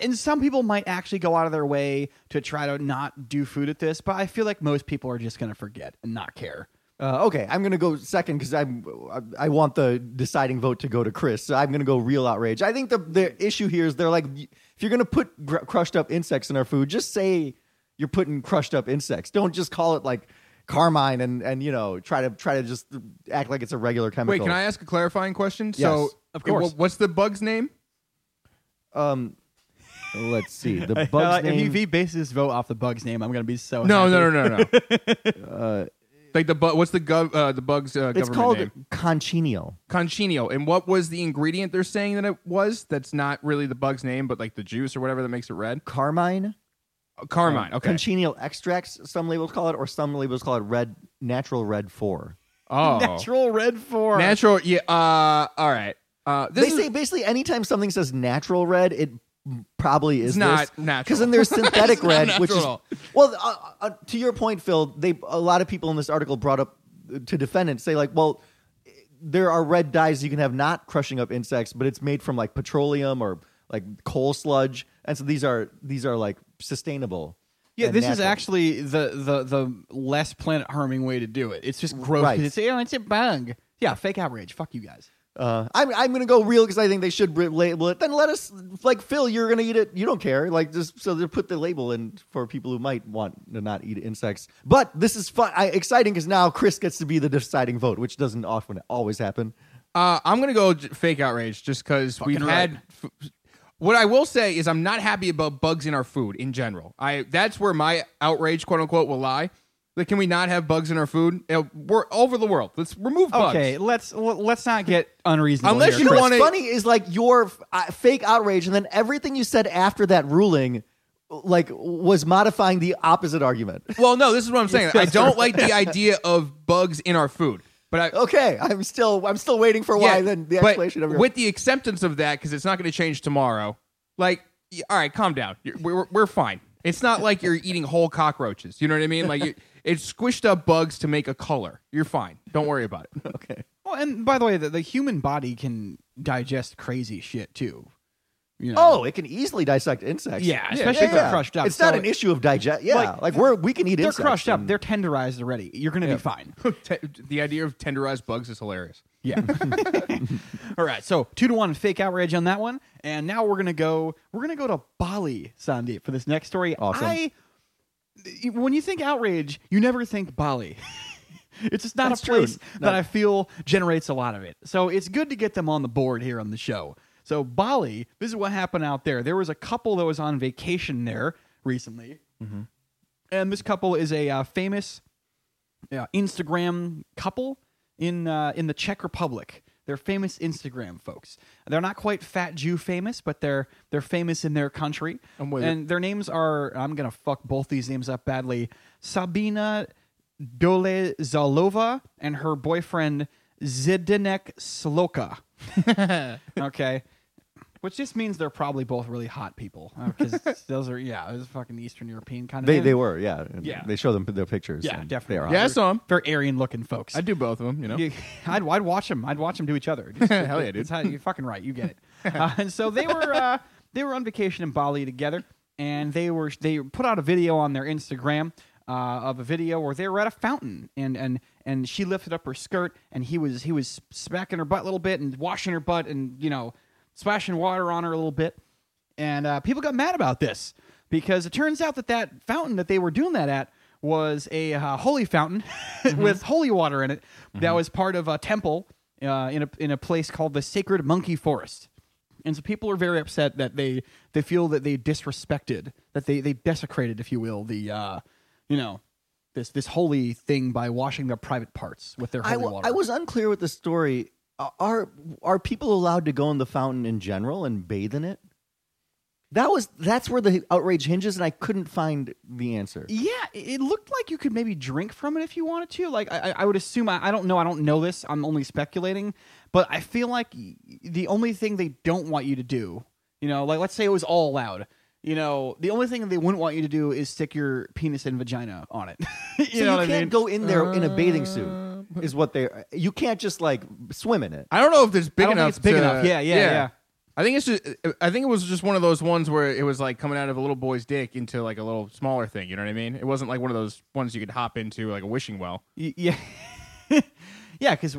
Speaker 1: and some people might actually go out of their way to try to not do food at this. But I feel like most people are just going to forget and not care.
Speaker 2: Uh, okay, I'm gonna go second because I'm I I want the deciding vote to go to Chris. So I'm gonna go real outrage. I think the the issue here is they're like, if you're gonna put gr- crushed up insects in our food, just say you're putting crushed up insects. Don't just call it like carmine and and you know try to try to just act like it's a regular chemical.
Speaker 3: Wait, can I ask a clarifying question?
Speaker 2: Yes,
Speaker 3: so,
Speaker 1: of course.
Speaker 3: wh- What's the bug's name?
Speaker 2: Um, let's see. The
Speaker 1: I-
Speaker 2: bug's
Speaker 1: I
Speaker 3: Uh,
Speaker 1: like-
Speaker 2: name.
Speaker 1: If he bases his vote off the bug's name, I'm going to be so
Speaker 3: No,
Speaker 1: happy.
Speaker 3: no, no, no, no. Uh, like the bug. What's the gov? Uh, the bug's uh,
Speaker 2: it's
Speaker 3: government
Speaker 2: called
Speaker 3: name?
Speaker 2: conchinio.
Speaker 3: Conchinio. And what was the ingredient they're saying that it was? That's not really the bug's name, but like the juice or whatever that makes it red.
Speaker 2: Carmine.
Speaker 3: Uh, Carmine.
Speaker 2: Oh,
Speaker 3: Okay.
Speaker 2: Conchinio extracts. Some labels call it, or some labels call it red natural red four.
Speaker 3: oh,
Speaker 1: Natural red four.
Speaker 3: Natural. Yeah. Uh. All right. Uh. This
Speaker 2: they
Speaker 3: is,
Speaker 2: say basically anytime something says natural red, it probably is
Speaker 3: not natural.
Speaker 2: Because then there's synthetic
Speaker 3: not
Speaker 2: red, which is
Speaker 3: natural.
Speaker 2: well. Uh, uh, to your point, Phil, they a lot of people in this article brought up uh, to defendants say like, well, there are red dyes you can have not crushing up insects, but it's made from like petroleum or like coal sludge, and so these are these are like sustainable.
Speaker 1: Yeah,
Speaker 2: and
Speaker 1: this is
Speaker 2: natural.
Speaker 1: actually the, the the less planet harming way to do it. It's just gross.
Speaker 2: Right.
Speaker 1: It's, oh, it's a bug. Yeah, fake outrage. Fuck you guys.
Speaker 2: Uh, I'm I'm gonna go real because I think they should re- label it. Then let us like Phil, you're gonna eat it. You don't care, like just so they put the label in for people who might want to not eat insects. But this is fun, I, exciting because now Chris gets to be the deciding vote, which doesn't often always happen.
Speaker 3: Uh, I'm gonna go j- fake outrage just because we've
Speaker 1: right.
Speaker 3: had. f- what I will say is I'm not happy about bugs in our food in general. I that's where my outrage, quote unquote, will lie. Like, can we not have bugs in our food? Uh, We're all over the world. Let's remove bugs.
Speaker 1: Okay, let's l- let's not get unreasonable.
Speaker 3: Unless
Speaker 1: here,
Speaker 2: You
Speaker 3: you
Speaker 2: know
Speaker 1: Chris.
Speaker 2: what's
Speaker 3: wanna-
Speaker 2: funny is like your uh, fake outrage, and then everything you said after that ruling, like was modifying the opposite argument.
Speaker 3: Well, no, this is what I'm saying. I don't like the idea of bugs in our food, but I,
Speaker 2: okay, I'm still I'm still waiting for Oh, why.
Speaker 3: Yeah,
Speaker 2: Then the
Speaker 3: but
Speaker 2: explanation of your
Speaker 3: with the acceptance of that because it's not going to change tomorrow. Like, y- all right, calm down. You're, we're, we're fine. It's not like you're eating whole cockroaches. You know what I mean? Like, you, it's squished up bugs to make a color. You're fine. Don't worry about it.
Speaker 2: okay.
Speaker 1: Well, and by the way, the, the human body can digest crazy shit too. You know?
Speaker 2: Oh, it can easily dissect insects.
Speaker 1: Yeah, especially if they're crushed up.
Speaker 2: It's not
Speaker 1: So-
Speaker 2: an issue of digest. Yeah, like,
Speaker 1: Like,
Speaker 2: we're we can eat
Speaker 1: they're
Speaker 2: insects.
Speaker 1: crushed up.
Speaker 2: and-
Speaker 1: They're tenderized already. You're gonna be fine.
Speaker 3: Te- the idea of tenderized bugs is hilarious.
Speaker 1: Yeah. All right. So two to one fake outrage on that one, and now we're gonna go. We're gonna go to Bali, Sandeep, for this next story.
Speaker 2: Awesome.
Speaker 1: I, when you think outrage, you never think Bali. it's just not
Speaker 2: That's
Speaker 1: a
Speaker 2: true.
Speaker 1: place
Speaker 2: No.
Speaker 1: that I feel generates a lot of it. So it's good to get them on the board here on the show. So Bali, this is what happened out there. There was a couple that was on vacation there recently,
Speaker 2: Mm-hmm.
Speaker 1: and this couple is a uh, famous uh, Instagram couple in uh, in the Czech Republic. They're famous Instagram folks. They're not quite fat Jew famous, but they're they're famous in their country.
Speaker 3: I'm with
Speaker 1: and their names are I'm gonna fuck both these names up badly. Sabina Dole Zalova and her boyfriend Zidenek Sloka. okay. Which just means they're probably both really hot people because those are yeah, those fucking Eastern European kind of.
Speaker 2: They they were yeah And
Speaker 1: Yeah.
Speaker 2: They show them their pictures.
Speaker 1: Yeah,
Speaker 2: and
Speaker 1: definitely.
Speaker 2: They are hot.
Speaker 3: Yeah, I saw him.
Speaker 1: very Aryan looking folks.
Speaker 3: I do both of them. You know,
Speaker 1: Yeah, I'd, I'd watch them. I'd watch them do each other. Just-
Speaker 3: Hell yeah, dude.
Speaker 1: it's how- you're fucking right. You get it. Uh, and so they were uh, they were on vacation in Bali together, and they were they put out a video on their Instagram uh, of a video where they were at a fountain, and and and she lifted up her skirt, and he was he was smacking her butt a little bit and washing her butt, and you know splashing water on her a little bit, and uh, people got mad about this because it turns out that that fountain that they were doing that at was a uh, holy fountain with holy water in it that was part of a temple uh, in a in a place called the Sacred Monkey Forest. And so people are very upset that they they feel that they disrespected that they they desecrated, if you will, the uh, you know this this holy thing by washing their private parts with their holy
Speaker 2: I, wa-
Speaker 1: water.
Speaker 2: I was unclear with the story. A- Are are people allowed to go in the fountain in general and bathe in it? That was that's where the outrage hinges, and I couldn't find the answer.
Speaker 1: Yeah, it it looked like you could maybe drink from it if you wanted to. Like I, I- I would assume. I, I don't know. I don't know this. I'm only speculating. But I feel like y- the only thing they don't want you to do, you know, like let's say it was all allowed. You know, the only thing they wouldn't want you to do is stick your penis and vagina on it. you
Speaker 2: so
Speaker 1: know
Speaker 2: you
Speaker 1: what
Speaker 2: can't
Speaker 1: I mean?
Speaker 2: go in there in a bathing suit, is what they. You can't just like swim in it.
Speaker 3: I don't know if it's big
Speaker 1: I don't
Speaker 3: enough.
Speaker 1: think it's big
Speaker 3: to-
Speaker 1: enough. Yeah, yeah, yeah.
Speaker 3: I think it's just, I think it was just one of those ones where it was like coming out of a little boy's dick into like a little smaller thing. You know what I mean? It wasn't like one of those ones you could hop into like a wishing well.
Speaker 1: Y- yeah. Yeah, because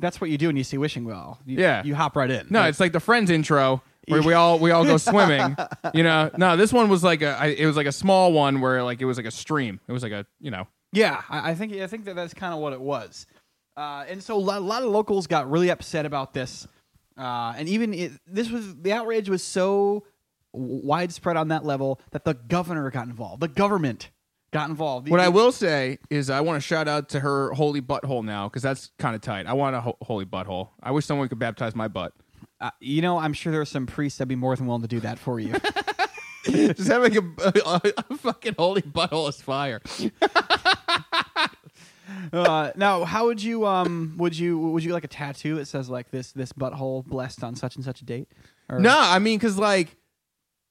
Speaker 1: that's what you do when you see wishing well. You,
Speaker 3: Yeah.
Speaker 1: you hop right in.
Speaker 3: No, it's like the Friends intro where we all we all go swimming. You know, no, this one was like a I, it was like a small one where like it was like a stream. It was like a you know
Speaker 1: Yeah, I, I think I think that that's kind of what it was, uh, and so a lot, a lot of locals got really upset about this, uh, and even it, this was the outrage was so w- widespread on that level that the governor got involved, the government got involved.
Speaker 3: What I will say is, I want to shout out to her holy butthole now because that's kind of tight. I want a ho- holy butthole. I wish someone could baptize my butt.
Speaker 1: uh, you know, I'm sure there are some priests that'd be more than willing to do that for you.
Speaker 3: Just having a, a fucking holy butthole is fire.
Speaker 1: uh, now, how would you um would you would you like a tattoo that says like this this butthole blessed on such and such a date? Or-
Speaker 3: No, I mean, because like,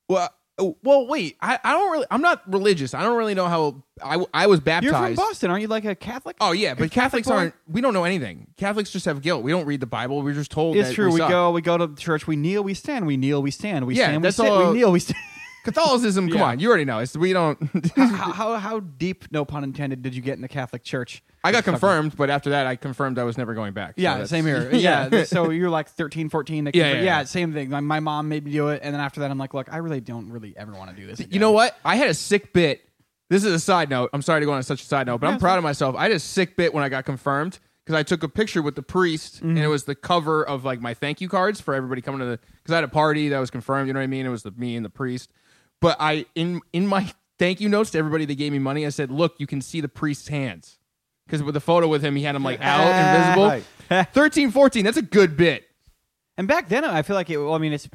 Speaker 3: well, oh, well, wait. I, I don't really. I'm not religious. I don't really know how. I I was baptized.
Speaker 1: you're from Boston, aren't you? Like a Catholic?
Speaker 3: Oh yeah, but Catholics
Speaker 1: boy.
Speaker 3: aren't. We don't know anything. Catholics just have guilt. We don't read the Bible. We're just told.
Speaker 1: It's
Speaker 3: that
Speaker 1: true. We
Speaker 3: suck.
Speaker 1: go. We go to church. We kneel. We stand. We kneel. We stand. We
Speaker 3: Yeah,
Speaker 1: stand.
Speaker 3: that's
Speaker 1: we sit.
Speaker 3: all-
Speaker 1: We kneel. We stand.
Speaker 3: Catholicism. Come
Speaker 1: Yeah.
Speaker 3: on, you already know. It's we don't.
Speaker 1: how, how how deep, no pun intended, did you get in the Catholic Church?
Speaker 3: I got confirmed, but after that, I confirmed I was never going back. So
Speaker 1: Yeah,
Speaker 3: that's-
Speaker 1: same here. Yeah. so you're like 13, 14. they
Speaker 3: Yeah,
Speaker 1: confirm-
Speaker 3: yeah, yeah.
Speaker 1: same thing. My, my mom made me do it, and then after that, I'm like, look, I really don't really ever want to do this.
Speaker 3: You know what? I had a sick bit. This is a side note. I'm sorry to go on such a side note, but I'm
Speaker 1: it's
Speaker 3: proud of myself. I had a sick bit when I got confirmed because I took a picture with the priest
Speaker 1: Mm-hmm.
Speaker 3: and it was the cover of like my thank you cards for everybody coming to the because I had a party that was confirmed. You know what I mean? It was the me and the priest. But I in in my thank you notes to everybody that gave me money, I said, "Look, you can see the priest's hands." Because with the photo with him, he had him like out, invisible. 13, 14, that's a good bit.
Speaker 1: And back then, I feel like it. Well, I mean, it's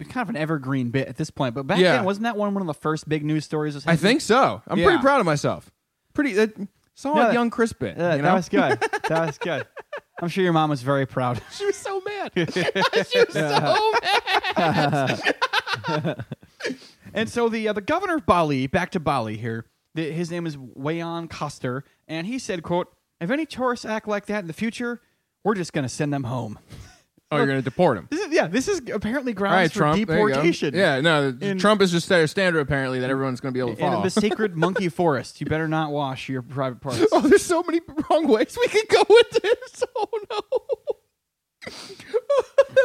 Speaker 1: kind of an evergreen bit at this point, but back
Speaker 3: Yeah.
Speaker 1: then, wasn't that one one of the first big news stories? Was
Speaker 3: I think so.
Speaker 1: Mm-hmm.
Speaker 3: I'm
Speaker 1: Yeah.
Speaker 3: pretty proud of myself. Pretty uh, solid
Speaker 1: No,
Speaker 3: young Chris bit.
Speaker 1: Uh, That
Speaker 3: you know?
Speaker 1: was good. that was good. I'm sure your mom was very proud.
Speaker 3: She was so mad. she was so mad.
Speaker 1: And so the uh, the governor of Bali, back to Bali here. The, his name is Wayan Koster, and he said, "quote If any tourists act like that in the future, we're just going to send them home."
Speaker 3: Oh, you're gonna deport him.
Speaker 1: This is, yeah, this is apparently grounds
Speaker 3: All right,
Speaker 1: for
Speaker 3: Trump. there you go.
Speaker 1: deportation.
Speaker 3: Yeah, no,
Speaker 1: In-
Speaker 3: Trump is just their standard apparently that everyone's gonna be able to
Speaker 1: in
Speaker 3: follow.
Speaker 1: the sacred monkey forest, you better not wash your private parts.
Speaker 3: oh, there's so many wrong ways we could go with this. Oh no.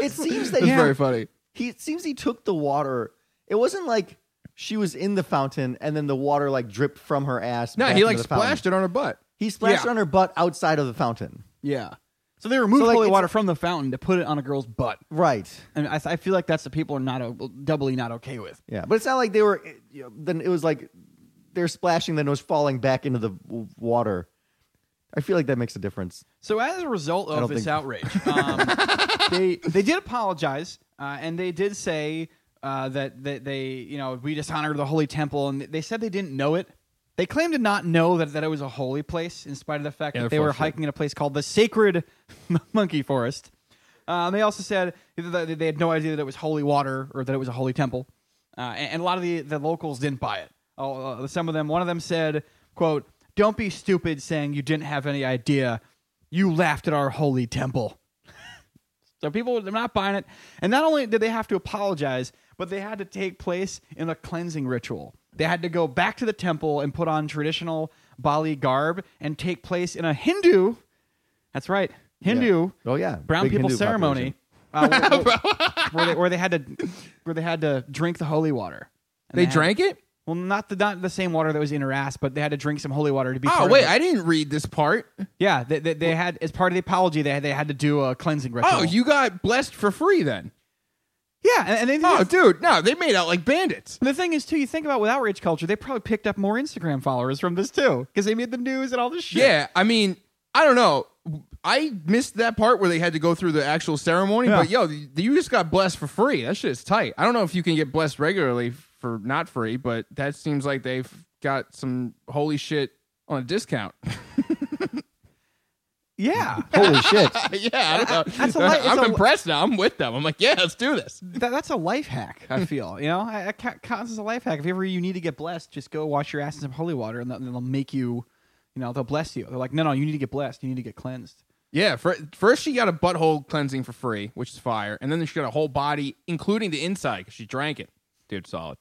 Speaker 2: It seems that
Speaker 3: That's
Speaker 2: yeah,
Speaker 3: very funny.
Speaker 2: he it seems he took the water. It wasn't like she was in the fountain and then the water like dripped from her ass.
Speaker 3: No,
Speaker 2: back
Speaker 3: he
Speaker 2: into
Speaker 3: like
Speaker 2: the fountain.
Speaker 3: splashed it on her butt.
Speaker 2: He splashed
Speaker 1: Yeah.
Speaker 2: on her butt outside of the fountain.
Speaker 1: yeah, so they removed
Speaker 2: So, like,
Speaker 1: holy
Speaker 2: it's-
Speaker 1: water from the fountain to put it on a girl's butt,
Speaker 2: Right.
Speaker 1: and I, I feel like that's the people are not o- doubly not okay with.
Speaker 2: Yeah, but it's not like they were. You know, then it was like they're splashing, then it was falling back into the w- water. I feel like that makes a difference.
Speaker 1: So as a result of
Speaker 2: don't
Speaker 1: this
Speaker 2: think-
Speaker 1: outrage, um, they they did apologize uh, and they did say uh, that that they you know we dishonored the holy temple and they said they didn't know it. They claim to not know that, that it was a holy place, in spite of the fact
Speaker 3: Yeah,
Speaker 1: that they
Speaker 3: they're
Speaker 1: were
Speaker 3: full of shit.
Speaker 1: hiking in a place called the Sacred Monkey Forest. Uh, and they also said that they had no idea that it was holy water or that it was a holy temple. Uh, and, and a lot of the, the locals didn't buy it. Oh, uh, some of them, one of them said, quote, don't be stupid saying you didn't have any idea. You laughed at our holy temple. So people they're not buying it. And not only did they have to apologize, but they had to take place in a cleansing ritual. They had to go back to the temple and put on traditional Bali garb and take place in a Hindu. That's right, Hindu.
Speaker 2: Oh yeah,
Speaker 1: Brown
Speaker 2: Big
Speaker 1: people
Speaker 2: Hindu
Speaker 1: ceremony. Uh, where, where- where they, where they had to where they had to drink the holy water. And
Speaker 3: They
Speaker 1: had-
Speaker 3: drank it?
Speaker 1: well, not the not the same water that was in her ass, but they had to drink some holy water to be. part
Speaker 3: Oh
Speaker 1: of
Speaker 3: wait,
Speaker 1: it.
Speaker 3: I didn't read this part.
Speaker 1: yeah, they, they, they had as part of the apology, they had, they had to do a cleansing ritual.
Speaker 3: Oh, you got blessed for free then.
Speaker 1: yeah, and, and they,
Speaker 3: Oh, dude, no, they made out like bandits.
Speaker 1: The thing is, too, you think about with outrage culture, they probably picked up more Instagram followers from this too, because they made the news and all this shit.
Speaker 3: Yeah, I mean, I don't know. I missed that part where they had to go through the actual ceremony,
Speaker 1: Yeah.
Speaker 3: but yo, th- you just got blessed for free. That shit is tight. I don't know if you can get blessed regularly for not free, but that seems like they've got some holy shit on a discount.
Speaker 1: yeah.
Speaker 2: Holy shit!
Speaker 3: yeah, I don't know.
Speaker 1: That's a li- it's
Speaker 3: I'm
Speaker 1: a-
Speaker 3: impressed now. I'm with them. I'm like, yeah, let's do this.
Speaker 1: That, that's a life hack. I feel you know, I, I ca- counts as a life hack. If ever you need to get blessed, just go wash your ass in some holy water, and they'll, they'll make you, you know, they'll bless you. They're like, no, no, you need to get blessed. You need to get cleansed.
Speaker 3: Yeah, fir- first she got a butthole cleansing for free, which is fire, and then she got a whole body, including the inside, because she drank it. Dude, solid.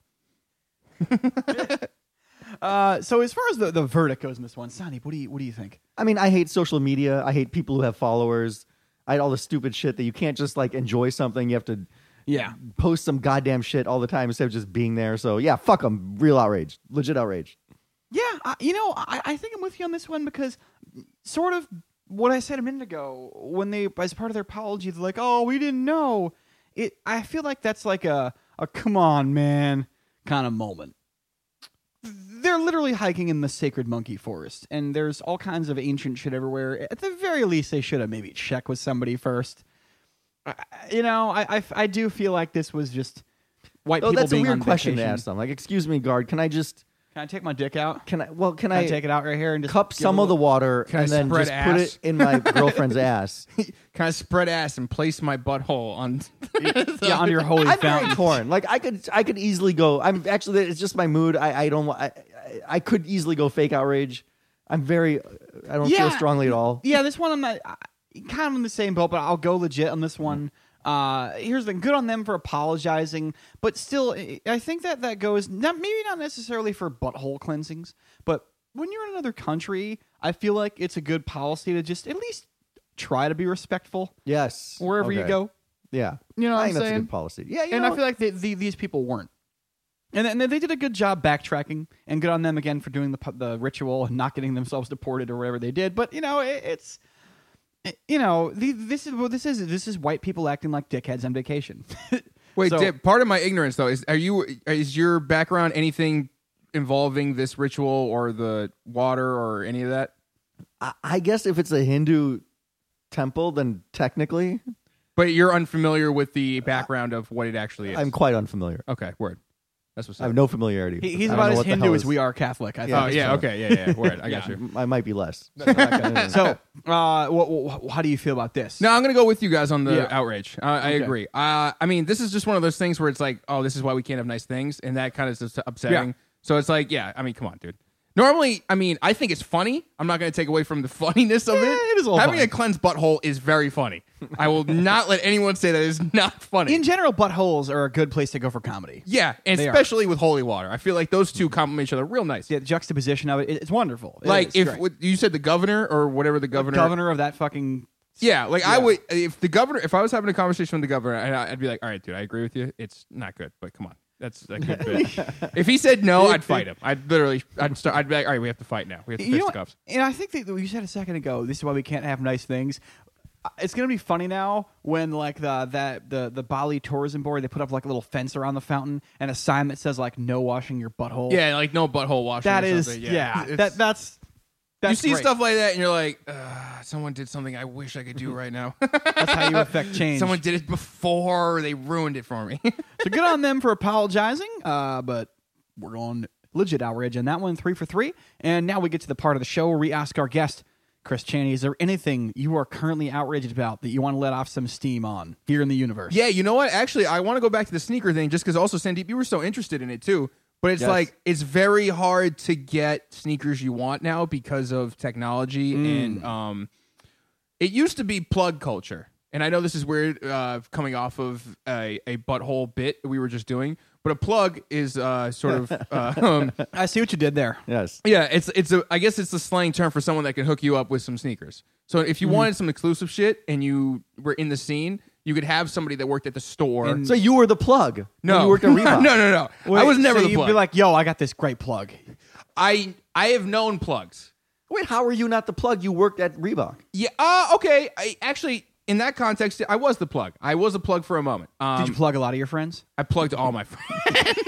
Speaker 1: Uh, so as far as the, the verdict goes in this one, Sonny, what do you what do you think?
Speaker 2: I mean, I hate social media. I hate people who have followers. I hate all the stupid shit that you can't just like enjoy something. You have to
Speaker 1: Yeah,
Speaker 2: post some goddamn shit all the time instead of just being there. So yeah, fuck them. Real outrage, legit outrage.
Speaker 1: Yeah, I, you know, I, I think I'm with you on this one because sort of what I said a minute ago when they, as part of their apology, they're like, "Oh, we didn't know." It, I feel like that's like a a come on, man, kind of moment. They're literally hiking in the sacred monkey forest, and there's all kinds of ancient shit everywhere. At the very least, they should have maybe checked with somebody first. I, I- you know, I, I, I do feel like this was just white
Speaker 2: Oh,
Speaker 1: people
Speaker 2: that's a
Speaker 1: being
Speaker 2: weird
Speaker 1: on
Speaker 2: question
Speaker 1: vacation.
Speaker 2: to ask them. Like, excuse me, guard. Can I just?
Speaker 1: Can I take my dick out?
Speaker 2: Can I? Well, can
Speaker 1: Can
Speaker 2: I,
Speaker 1: I take it out right here and just
Speaker 2: cup
Speaker 1: give
Speaker 2: some
Speaker 1: a
Speaker 2: of the
Speaker 1: little-
Speaker 2: water
Speaker 3: Can I
Speaker 2: and then
Speaker 3: spread
Speaker 2: just put
Speaker 3: ass?
Speaker 2: it in my girlfriend's ass?
Speaker 3: Kind of spread ass and place my butthole on.
Speaker 1: yeah, on your holy
Speaker 2: I'm very
Speaker 1: fountain.
Speaker 2: torn. Like I could, I could easily go. I'm actually. It's just my mood. I, I don't. wa- I, I, I could easily go fake outrage. I'm very. I don't
Speaker 1: Yeah.
Speaker 2: feel strongly at all.
Speaker 1: Yeah, this one I'm not I- kind of in the same boat, but I'll go legit on this one. Uh, here's the good on them for apologizing, but still, I- I think that that goes not maybe not necessarily for butthole cleansings, but when you're in another country, I feel like it's a good policy to just at least try to be respectful
Speaker 2: Yes.
Speaker 1: wherever you
Speaker 2: Okay.
Speaker 1: go.
Speaker 2: Yeah.
Speaker 1: You know what
Speaker 2: I
Speaker 1: I'm
Speaker 2: think that's a
Speaker 1: saying?
Speaker 2: good policy. Yeah. You
Speaker 1: and
Speaker 2: know,
Speaker 1: I feel like they, the, these people weren't. And, and they did a good job backtracking, and good on them again for doing the pu- the ritual and not getting themselves deported or whatever they did. But you know, it, it's it- you know, the, this is what this is. This is white people acting like dickheads on vacation.
Speaker 3: Wait,
Speaker 1: So-
Speaker 3: Dip, part of my ignorance though is are you is your background anything involving this ritual or the water or any of that?
Speaker 2: I, I guess if it's a Hindu temple, then technically,
Speaker 3: But you're unfamiliar with the background of what it actually is.
Speaker 2: I'm quite unfamiliar.
Speaker 3: okay, word. That's what's
Speaker 2: I have
Speaker 3: up.
Speaker 2: no familiarity.
Speaker 1: He-
Speaker 2: with
Speaker 1: he's
Speaker 2: it. I don't
Speaker 1: about
Speaker 2: know
Speaker 1: as
Speaker 2: what the
Speaker 1: Hindu
Speaker 2: hell
Speaker 1: as
Speaker 2: is-
Speaker 1: we are Catholic. I
Speaker 3: Oh
Speaker 1: think.
Speaker 3: yeah, okay, yeah, yeah, word. I got you.
Speaker 2: I might be less. I'm not gonna-
Speaker 1: So, uh, what, what, how do you feel about this?
Speaker 3: No, I'm gonna go with you guys on the
Speaker 1: Yeah.
Speaker 3: outrage. I, I
Speaker 1: Okay.
Speaker 3: agree. Uh, I mean, this is just one of those things where it's like, oh, this is why we can't have nice things, and that kind of is just upsetting.
Speaker 1: Yeah.
Speaker 3: So it's like, yeah, I mean, come on, dude. Normally, I mean, I think it's funny. I'm not gonna take away from the funniness of
Speaker 1: Yeah,
Speaker 3: it.
Speaker 1: it is a little
Speaker 3: Having
Speaker 1: funny.
Speaker 3: a cleansed butthole is very funny. I will not let anyone say that is not funny.
Speaker 1: in general, buttholes are a good place to go for comedy.
Speaker 3: yeah, and
Speaker 1: They are.
Speaker 3: especially with holy water, I feel like those two complement each other real nice.
Speaker 1: The juxtaposition of it, it- it's wonderful. It
Speaker 3: like
Speaker 1: is
Speaker 3: if
Speaker 1: great.
Speaker 3: what- you said the governor or whatever the governor,
Speaker 1: governor of that fucking
Speaker 3: Yeah, like I
Speaker 1: Yeah.
Speaker 3: would if the governor if I was having a conversation with the governor, I, I'd be like, "All right, dude, I agree with you. It's not good, but come on, that's a good bit." if he said no, I'd fight him. I'd literally, I'd start. I'd be like, "All right, we have to fight now. We have to
Speaker 1: you know,
Speaker 3: fist
Speaker 1: what-
Speaker 3: cuffs."
Speaker 1: and I think that you said a second ago, this is why we can't have nice things. Uh, It's gonna be funny now when like the that the the Bali tourism board they put up like a little fence around the fountain and a sign that says like no washing your butthole.
Speaker 3: Yeah, like no butthole washing.
Speaker 1: that
Speaker 3: or
Speaker 1: is
Speaker 3: something.
Speaker 1: yeah.
Speaker 3: It's-
Speaker 1: that that's that's
Speaker 3: you see
Speaker 1: great.
Speaker 3: stuff like that, and you're like, Ugh, "Someone did something I wish I could do right now.
Speaker 1: That's how you affect change.
Speaker 3: Someone did it before they ruined it for me."
Speaker 1: so good on them for apologizing, uh, but we're on legit outrage on that one, three for three. And now we get to the part of the show where we ask our guest, Chris Chaney, is there anything you are currently outraged about that you want to let off some steam on here in the universe?
Speaker 3: Yeah, you know what? Actually, I want to go back to the sneaker thing just because also, Sandeep, you were so interested in it too. But it's
Speaker 2: Yes.
Speaker 3: like, it's very hard to get sneakers you want now because of technology. And um, it used to be plug culture. And I know this is weird uh, coming off of a, a butthole bit we were just doing, but a plug is uh, sort of. Uh, um,
Speaker 1: I see what you did there.
Speaker 2: Yes.
Speaker 3: yeah, it's it's a I guess it's a slang term for someone that can hook you up with some sneakers. So if you wanted some exclusive shit and you were in the scene, you could have somebody that worked at the store.
Speaker 1: Mm.
Speaker 2: So you were the plug.
Speaker 3: No,
Speaker 2: You worked at Reebok.
Speaker 3: no, no, no. I
Speaker 1: Wait,
Speaker 3: was never
Speaker 1: so
Speaker 3: the
Speaker 1: you'd
Speaker 3: plug.
Speaker 1: be like, yo, I got this great plug.
Speaker 3: I I have known plugs.
Speaker 2: Wait, how are you not the plug? You worked at Reebok.
Speaker 3: Yeah. Uh, okay. I actually, in that context, I was the plug. I was a plug for a moment.
Speaker 1: Did
Speaker 3: Um,
Speaker 1: you plug a lot of your friends?
Speaker 3: I plugged all my friends.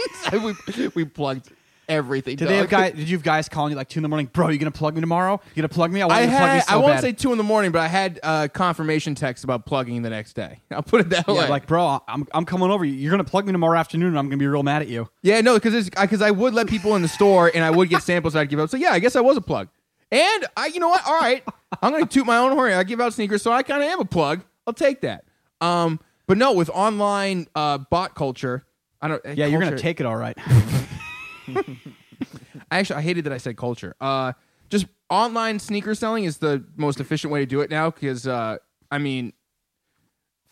Speaker 3: we, we plugged everything.
Speaker 1: Did they have
Speaker 3: dog.
Speaker 1: guy? Did you have guys calling you like two in the morning? Bro, you gonna plug me tomorrow? You gonna plug me? I want
Speaker 3: I
Speaker 1: you to plug me
Speaker 3: had.
Speaker 1: so
Speaker 3: I won't
Speaker 1: bad."
Speaker 3: say two in the morning, but I had uh, confirmation text about plugging the next day. I'll put it that
Speaker 1: Yeah,
Speaker 3: way.
Speaker 1: like, bro, I'm, I'm coming over. You're gonna plug me tomorrow afternoon. and I'm gonna be real mad at you.
Speaker 3: Yeah, no, because because I would let people in the store and I would get samples that I'd give out. So yeah, I guess I was a plug. And I, you know what? All right, I'm gonna toot my own horn. here. I give out sneakers, so I kind of am a plug. I'll take that. Um, but no, with online uh, bot culture, I don't. eh,
Speaker 1: Yeah, you're gonna
Speaker 3: culture-
Speaker 1: take it all right.
Speaker 3: I actually I hated that I said culture. Uh, just online sneaker selling is the most efficient way to do it now because uh, I mean,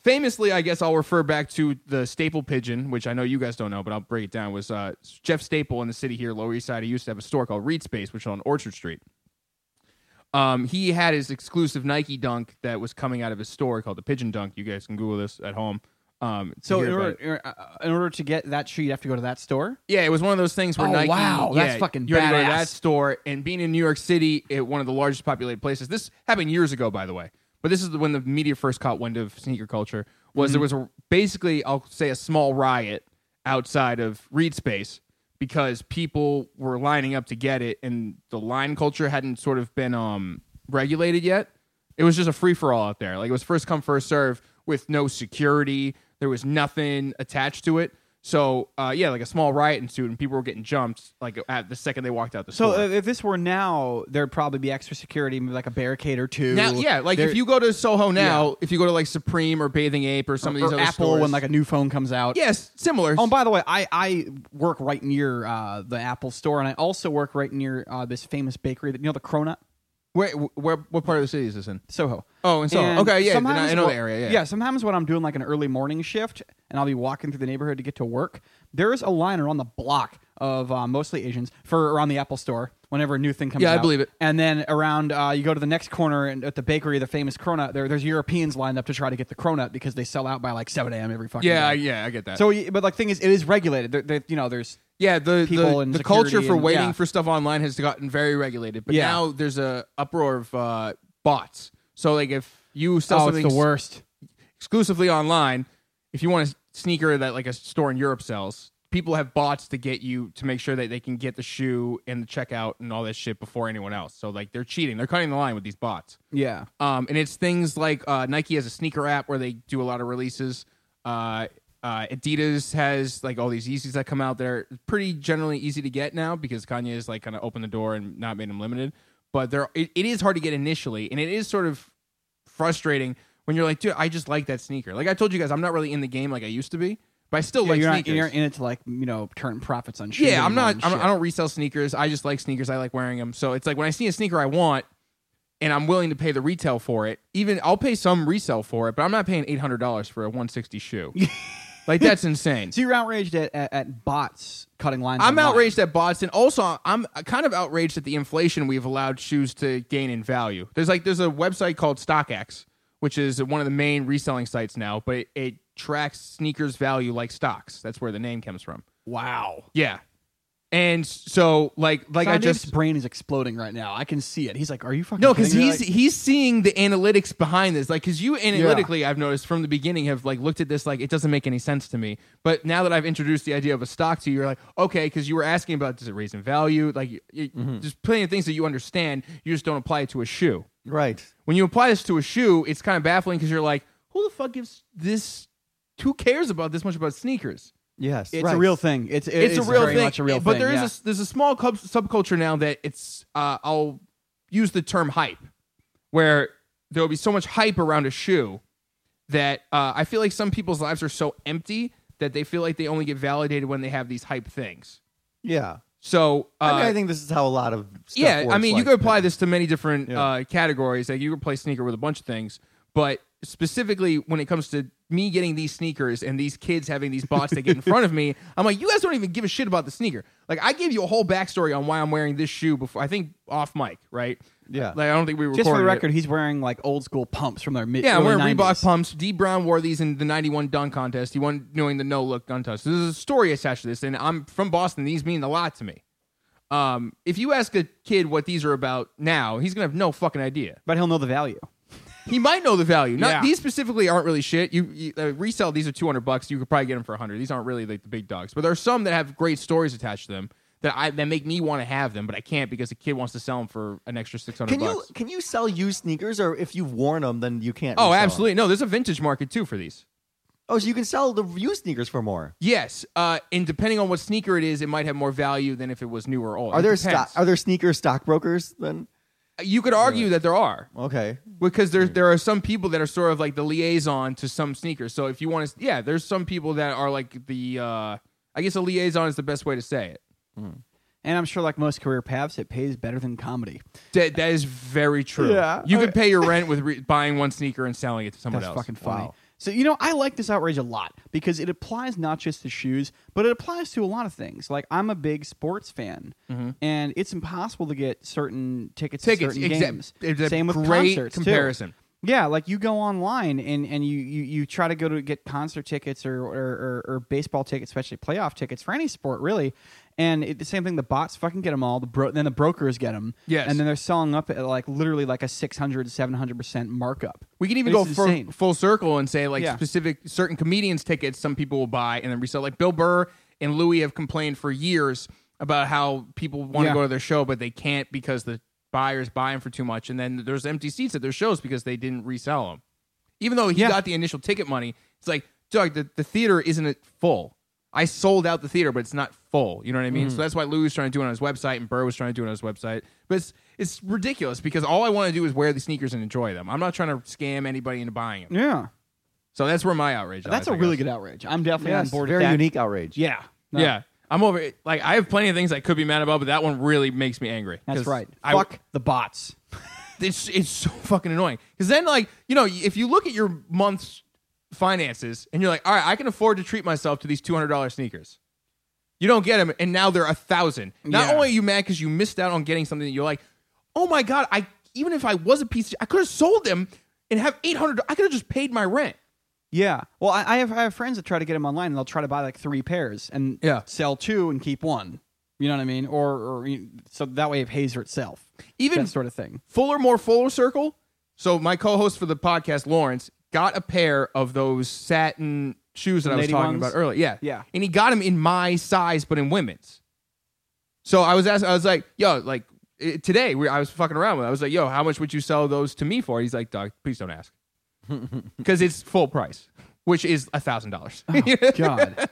Speaker 3: famously, I guess I'll refer back to the staple pigeon, which I know you guys don't know, but I'll break it down. Was uh, Jeff Staple in the city here, Lower East Side? He used to have a store called Reed Space, which is on Orchard Street. Um, he had his exclusive Nike Dunk that was coming out of his store called the Pigeon Dunk. You guys can Google this at home. Um, to
Speaker 1: So
Speaker 3: hear
Speaker 1: in
Speaker 3: about
Speaker 1: order,
Speaker 3: it.
Speaker 1: uh, in order to get that shoe, you have to go to that store.
Speaker 3: Yeah, it was one of those things where
Speaker 1: Oh,
Speaker 3: Nike.
Speaker 1: wow, that's
Speaker 3: yeah,
Speaker 1: fucking
Speaker 3: You had to go to
Speaker 1: badass.
Speaker 3: that store, and being in New York City, at one of the largest populated places. This happened years ago, by the way. But this is when the media first caught wind of sneaker culture. Was there was a, basically, I'll say, a small riot outside of Reed Space because people were lining up to get it, and the line culture hadn't sort of been um, regulated yet. It was just a free for all out there. Like it was first come, first serve with no security. There was nothing attached to it. So uh, yeah, like a small riot ensued, and people were getting jumped like at the second they walked out the
Speaker 1: So
Speaker 3: store.
Speaker 1: uh, if this were now, there'd probably be extra security, maybe like a barricade or two.
Speaker 3: now, yeah, like
Speaker 1: There-
Speaker 3: if you go to Soho now, if you go to like Supreme or Bathing Ape or some of these
Speaker 1: or
Speaker 3: other
Speaker 1: Apple
Speaker 3: stores,
Speaker 1: when like a new phone comes out.
Speaker 3: yes, similar.
Speaker 1: Oh, and by the way, I, I work right near uh, the Apple store, and I also work right near uh, this famous bakery that you know the Cronut
Speaker 3: where, where what part of the city is this in?
Speaker 1: Soho.
Speaker 3: Oh, in Soho.
Speaker 1: And
Speaker 3: Okay, yeah, then I-
Speaker 1: sometimes
Speaker 3: I know
Speaker 1: what-
Speaker 3: the area, yeah.
Speaker 1: sometimes when I'm doing like an early morning shift and I'll be walking through the neighborhood to get to work, there is a line around the block of uh, mostly Asians for around the Apple store whenever a new thing comes
Speaker 3: Yeah, I
Speaker 1: out.
Speaker 3: believe it.
Speaker 1: And then around, uh, you go to the next corner and at the bakery, the famous Cronut, there, there's Europeans lined up to try to get the Cronut because they sell out by like 7 a.m. every fucking
Speaker 3: Yeah,
Speaker 1: day.
Speaker 3: yeah, I get that.
Speaker 1: So, y- but like, thing is, it is regulated. There, there, you know, there's
Speaker 3: Yeah, the
Speaker 1: people
Speaker 3: the,
Speaker 1: and
Speaker 3: the culture
Speaker 1: security
Speaker 3: for
Speaker 1: and-
Speaker 3: waiting
Speaker 1: yeah.
Speaker 3: for stuff online has gotten very regulated. But
Speaker 1: Yeah.
Speaker 3: now there's a uproar of uh, bots. So like if you sell
Speaker 1: oh, it's
Speaker 3: something
Speaker 1: the worst.
Speaker 3: exclusively online, if you want a sneaker that like a store in Europe sells, people have bots to get you to make sure that they can get the shoe and the checkout and all that shit before anyone else. So like they're cheating. They're cutting the line with these bots.
Speaker 1: Yeah.
Speaker 3: Um, and it's things like uh, Nike has a sneaker app where they do a lot of releases. Uh, uh, Adidas has like all these Yeezys that come out that are pretty generally easy to get now because Kanye has like kind of opened the door and not made them limited. But there, it, it is hard to get initially, and it is sort of frustrating when you're like, dude, I just like that sneaker. Like I told you guys, I'm not really in the game like I used to be, but I still like
Speaker 1: you're, not,
Speaker 3: sneakers.
Speaker 1: you're not in it to like, you know, turn profits on shit.
Speaker 3: Yeah, I'm
Speaker 1: anymore
Speaker 3: not.
Speaker 1: and
Speaker 3: I'm,
Speaker 1: shit.
Speaker 3: I don't resell sneakers. I just like sneakers. I like wearing them. So it's like when I see a sneaker I want, and I'm willing to pay the retail for it. Even I'll pay some resale for it, but I'm not paying eight hundred dollars for a one sixty shoe. like that's insane.
Speaker 1: So you're outraged at, at, at bots cutting lines.
Speaker 3: I'm
Speaker 1: online.
Speaker 3: outraged at Boston. Also, I'm kind of outraged at the inflation we've allowed shoes to gain in value. There's like there's a website called StockX, which is one of the main reselling sites now, but it, it tracks sneakers value like stocks. That's where the name comes from.
Speaker 1: Wow.
Speaker 3: Yeah. And so like like I
Speaker 1: Sandeep's
Speaker 3: just
Speaker 1: brain is exploding right now. I can see it. He's like, "Are you fucking
Speaker 3: No, because
Speaker 1: kidding me?"
Speaker 3: he's
Speaker 1: Like,
Speaker 3: he's seeing the analytics behind this. Like, because you analytically, I've noticed from the beginning, have like looked at this like it doesn't make any sense to me. But now that I've introduced the idea of a stock to you, you're like, okay, because you were asking about does it raise in value? Like, you, you- there's plenty of things that you understand. You just don't apply it to a shoe.
Speaker 2: Right.
Speaker 3: When you apply this to a shoe, it's kind of baffling because you're like, who the fuck gives this? Who cares about this much about sneakers?
Speaker 2: Yes.
Speaker 1: it's
Speaker 2: right.
Speaker 1: a real thing. It's it
Speaker 3: it's
Speaker 1: is
Speaker 3: a real
Speaker 1: very
Speaker 3: thing.
Speaker 1: much a real
Speaker 3: but
Speaker 1: thing.
Speaker 3: there is
Speaker 1: yeah.
Speaker 3: a, there's a small cub- subculture now that it's uh, I'll use the term hype. where there will be so much hype around a shoe that uh, I feel like some people's lives are so empty that they feel like they only get validated when they have these hype things.
Speaker 2: Yeah.
Speaker 3: So uh,
Speaker 2: I mean, I think this is how a lot of stuff
Speaker 3: yeah, I
Speaker 2: works,
Speaker 3: mean, you
Speaker 2: like-
Speaker 3: could apply this to many different
Speaker 2: Yeah.
Speaker 3: uh, categories. Like you could play sneaker with a bunch of things, but specifically when it comes to me getting these sneakers and these kids having these bots that get in front of me, I'm like, you guys don't even give a shit about the sneaker. Like I gave you a whole backstory on why I'm wearing this shoe before. I think off mic, right?
Speaker 2: Yeah.
Speaker 3: Like I don't think we recorded.
Speaker 1: Just for the
Speaker 3: it.
Speaker 1: record, he's wearing like old school pumps from their mid.
Speaker 3: Yeah, I'm
Speaker 1: early
Speaker 3: wearing
Speaker 1: 90s.
Speaker 3: Reebok pumps. D Brown wore these in the 91 dunk contest. He won doing the no look gun test. So There's a story attached to this, and I'm from Boston. These mean a lot to me. Um, if you ask a kid what these are about now, he's gonna have no fucking idea.
Speaker 1: but he'll know the value.
Speaker 3: He might know the value. Not
Speaker 1: Yeah.
Speaker 3: these specifically aren't really shit. You, you uh, resell these are 200 bucks. You could probably get them for 100. These aren't really like the big dogs, but there are some that have great stories attached to them that I that make me want to have them, but I can't because a kid wants to sell them for an extra 600
Speaker 2: Can
Speaker 3: bucks.
Speaker 2: you can you sell used sneakers, or if you've worn them, then you can't?
Speaker 3: oh,
Speaker 2: resell 'em?
Speaker 3: absolutely. No, there's a vintage market too for these.
Speaker 2: Oh, so you can sell the used sneakers for more.
Speaker 3: Yes, uh, and depending on what sneaker it is, it might have more value than if it was new or old.
Speaker 2: Are
Speaker 3: It
Speaker 2: there
Speaker 3: depends. Uh,
Speaker 2: stock, are there sneaker stockbrokers then?
Speaker 3: you could argue that there are
Speaker 2: Okay,
Speaker 3: because there there are some people that are sort of like the liaison to some sneakers. So if you want to, yeah, there's some people that are like the. Uh, I guess a liaison is the best way to say it.
Speaker 1: And I'm sure, like most career paths, it pays better than comedy.
Speaker 3: That, that is very true.
Speaker 2: Yeah.
Speaker 3: you could pay your rent with re- buying one sneaker and selling it to someone
Speaker 1: That's
Speaker 3: else.
Speaker 1: fucking funny.
Speaker 2: Wow.
Speaker 1: So you know, I like this outrage a lot because it applies not just to shoes, but it applies to a lot of things. Like I'm a big sports fan, and it's impossible to get certain tickets,
Speaker 3: Mm-hmm. Tickets,
Speaker 1: to certain
Speaker 3: exa-
Speaker 1: games.
Speaker 3: it's a
Speaker 1: Same with
Speaker 3: great
Speaker 1: concerts, too.
Speaker 3: comparison.
Speaker 1: Yeah, like you go online and, and you, you, you try to go to get concert tickets or, or, or, or baseball tickets, especially playoff tickets for any sport, really. And it, the same thing, the bots fucking get them all. The bro- then the brokers get them.
Speaker 3: Yes.
Speaker 1: And then they're selling up at like literally like a 600, 700% markup.
Speaker 3: We can even
Speaker 1: This
Speaker 3: go
Speaker 1: is
Speaker 3: full,
Speaker 1: insane.
Speaker 3: full circle and say like
Speaker 1: Yeah.
Speaker 3: specific certain comedians tickets some people will buy and then resell. Like Bill Burr and Louis have complained for years about how people want to
Speaker 1: Yeah.
Speaker 3: go to their show but they can't because the buyers buy them for too much and then there's empty seats at their shows because they didn't resell them. Even though he
Speaker 1: Yeah.
Speaker 3: got the initial ticket money, it's like Doug, the, the theater isn't full. I sold out the theater, but it's not full. You know what I mean? So that's why Louis was trying to do it on his website and Burr was trying to do it on his website. But it's, it's ridiculous because all I want to do is wear the sneakers and enjoy them. I'm not trying to scam anybody into buying them.
Speaker 1: Yeah.
Speaker 3: So that's where my outrage
Speaker 1: That's
Speaker 3: lies,
Speaker 1: a
Speaker 3: I
Speaker 1: really
Speaker 3: guess.
Speaker 1: good outrage. I'm definitely on board. with
Speaker 2: very
Speaker 1: that.
Speaker 2: unique outrage.
Speaker 1: Yeah. No.
Speaker 3: Yeah. I'm over it. Like, I have plenty of things I could be mad about, but that one really makes me angry.
Speaker 1: That's
Speaker 3: 'Cause
Speaker 1: right.
Speaker 3: I-
Speaker 1: Fuck the bots.
Speaker 3: it's it's so fucking annoying because then like you know if you look at your month's finances and you're like all right i can afford to treat myself to these $200 sneakers you don't get them and now they're a thousand not
Speaker 1: Yeah.
Speaker 3: only are you mad because you missed out on getting something that you're like oh my god i even if i was a piece of, i could have sold them and have 800 i could have just paid my rent
Speaker 1: Yeah. Well, I, I, have, I have friends that try to get them online, and they'll try to buy like three pairs and
Speaker 3: Yeah.
Speaker 1: sell two and keep one. You know what I mean? Or, or you- so that way it pays for itself.
Speaker 3: Even-
Speaker 1: that sort of thing.
Speaker 3: fuller more fuller circle so my co-host for the podcast lawrence got a pair of those satin shoes that i was
Speaker 1: lady
Speaker 3: talking
Speaker 1: ones?
Speaker 3: about earlier yeah
Speaker 1: Yeah.
Speaker 3: and he got them in my size but in women's so i was asking i was like yo like it, today we, i was fucking around with it. i was like yo how much would you sell those to me for he's like Doug, please don't ask because it's full price which is a thousand dollars
Speaker 1: Oh. God,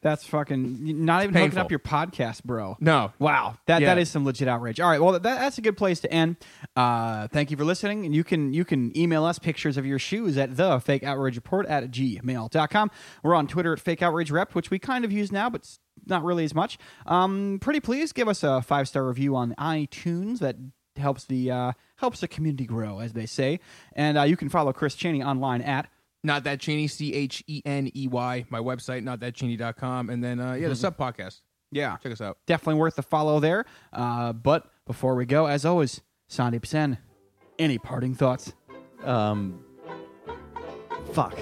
Speaker 1: that's fucking not even hooking
Speaker 3: Painful.
Speaker 1: up your podcast, bro.
Speaker 3: no
Speaker 1: Wow, that, that
Speaker 3: Yeah.
Speaker 1: is some legit outrage. All right, well that, that's a good place to end. Uh, thank you for listening, and you can you can email us pictures of your shoes at the fake outrage report at gmail.com. We're on Twitter at fake outrage rep, which we kind of use now, but s- not really as much. Um, pretty please give us a five star review on iTunes. That helps the uh, helps the community grow, as they say. And uh, you can follow Chris Cheney online at
Speaker 3: not that cheney E c-h-e-n-e-y my website not that cheney.com and then uh, yeah the sub podcast
Speaker 1: yeah,
Speaker 3: check us out
Speaker 1: definitely worth the follow there. Uh, but before we go, as always, Sandeep Sen, any parting thoughts?
Speaker 2: Um. Fuck.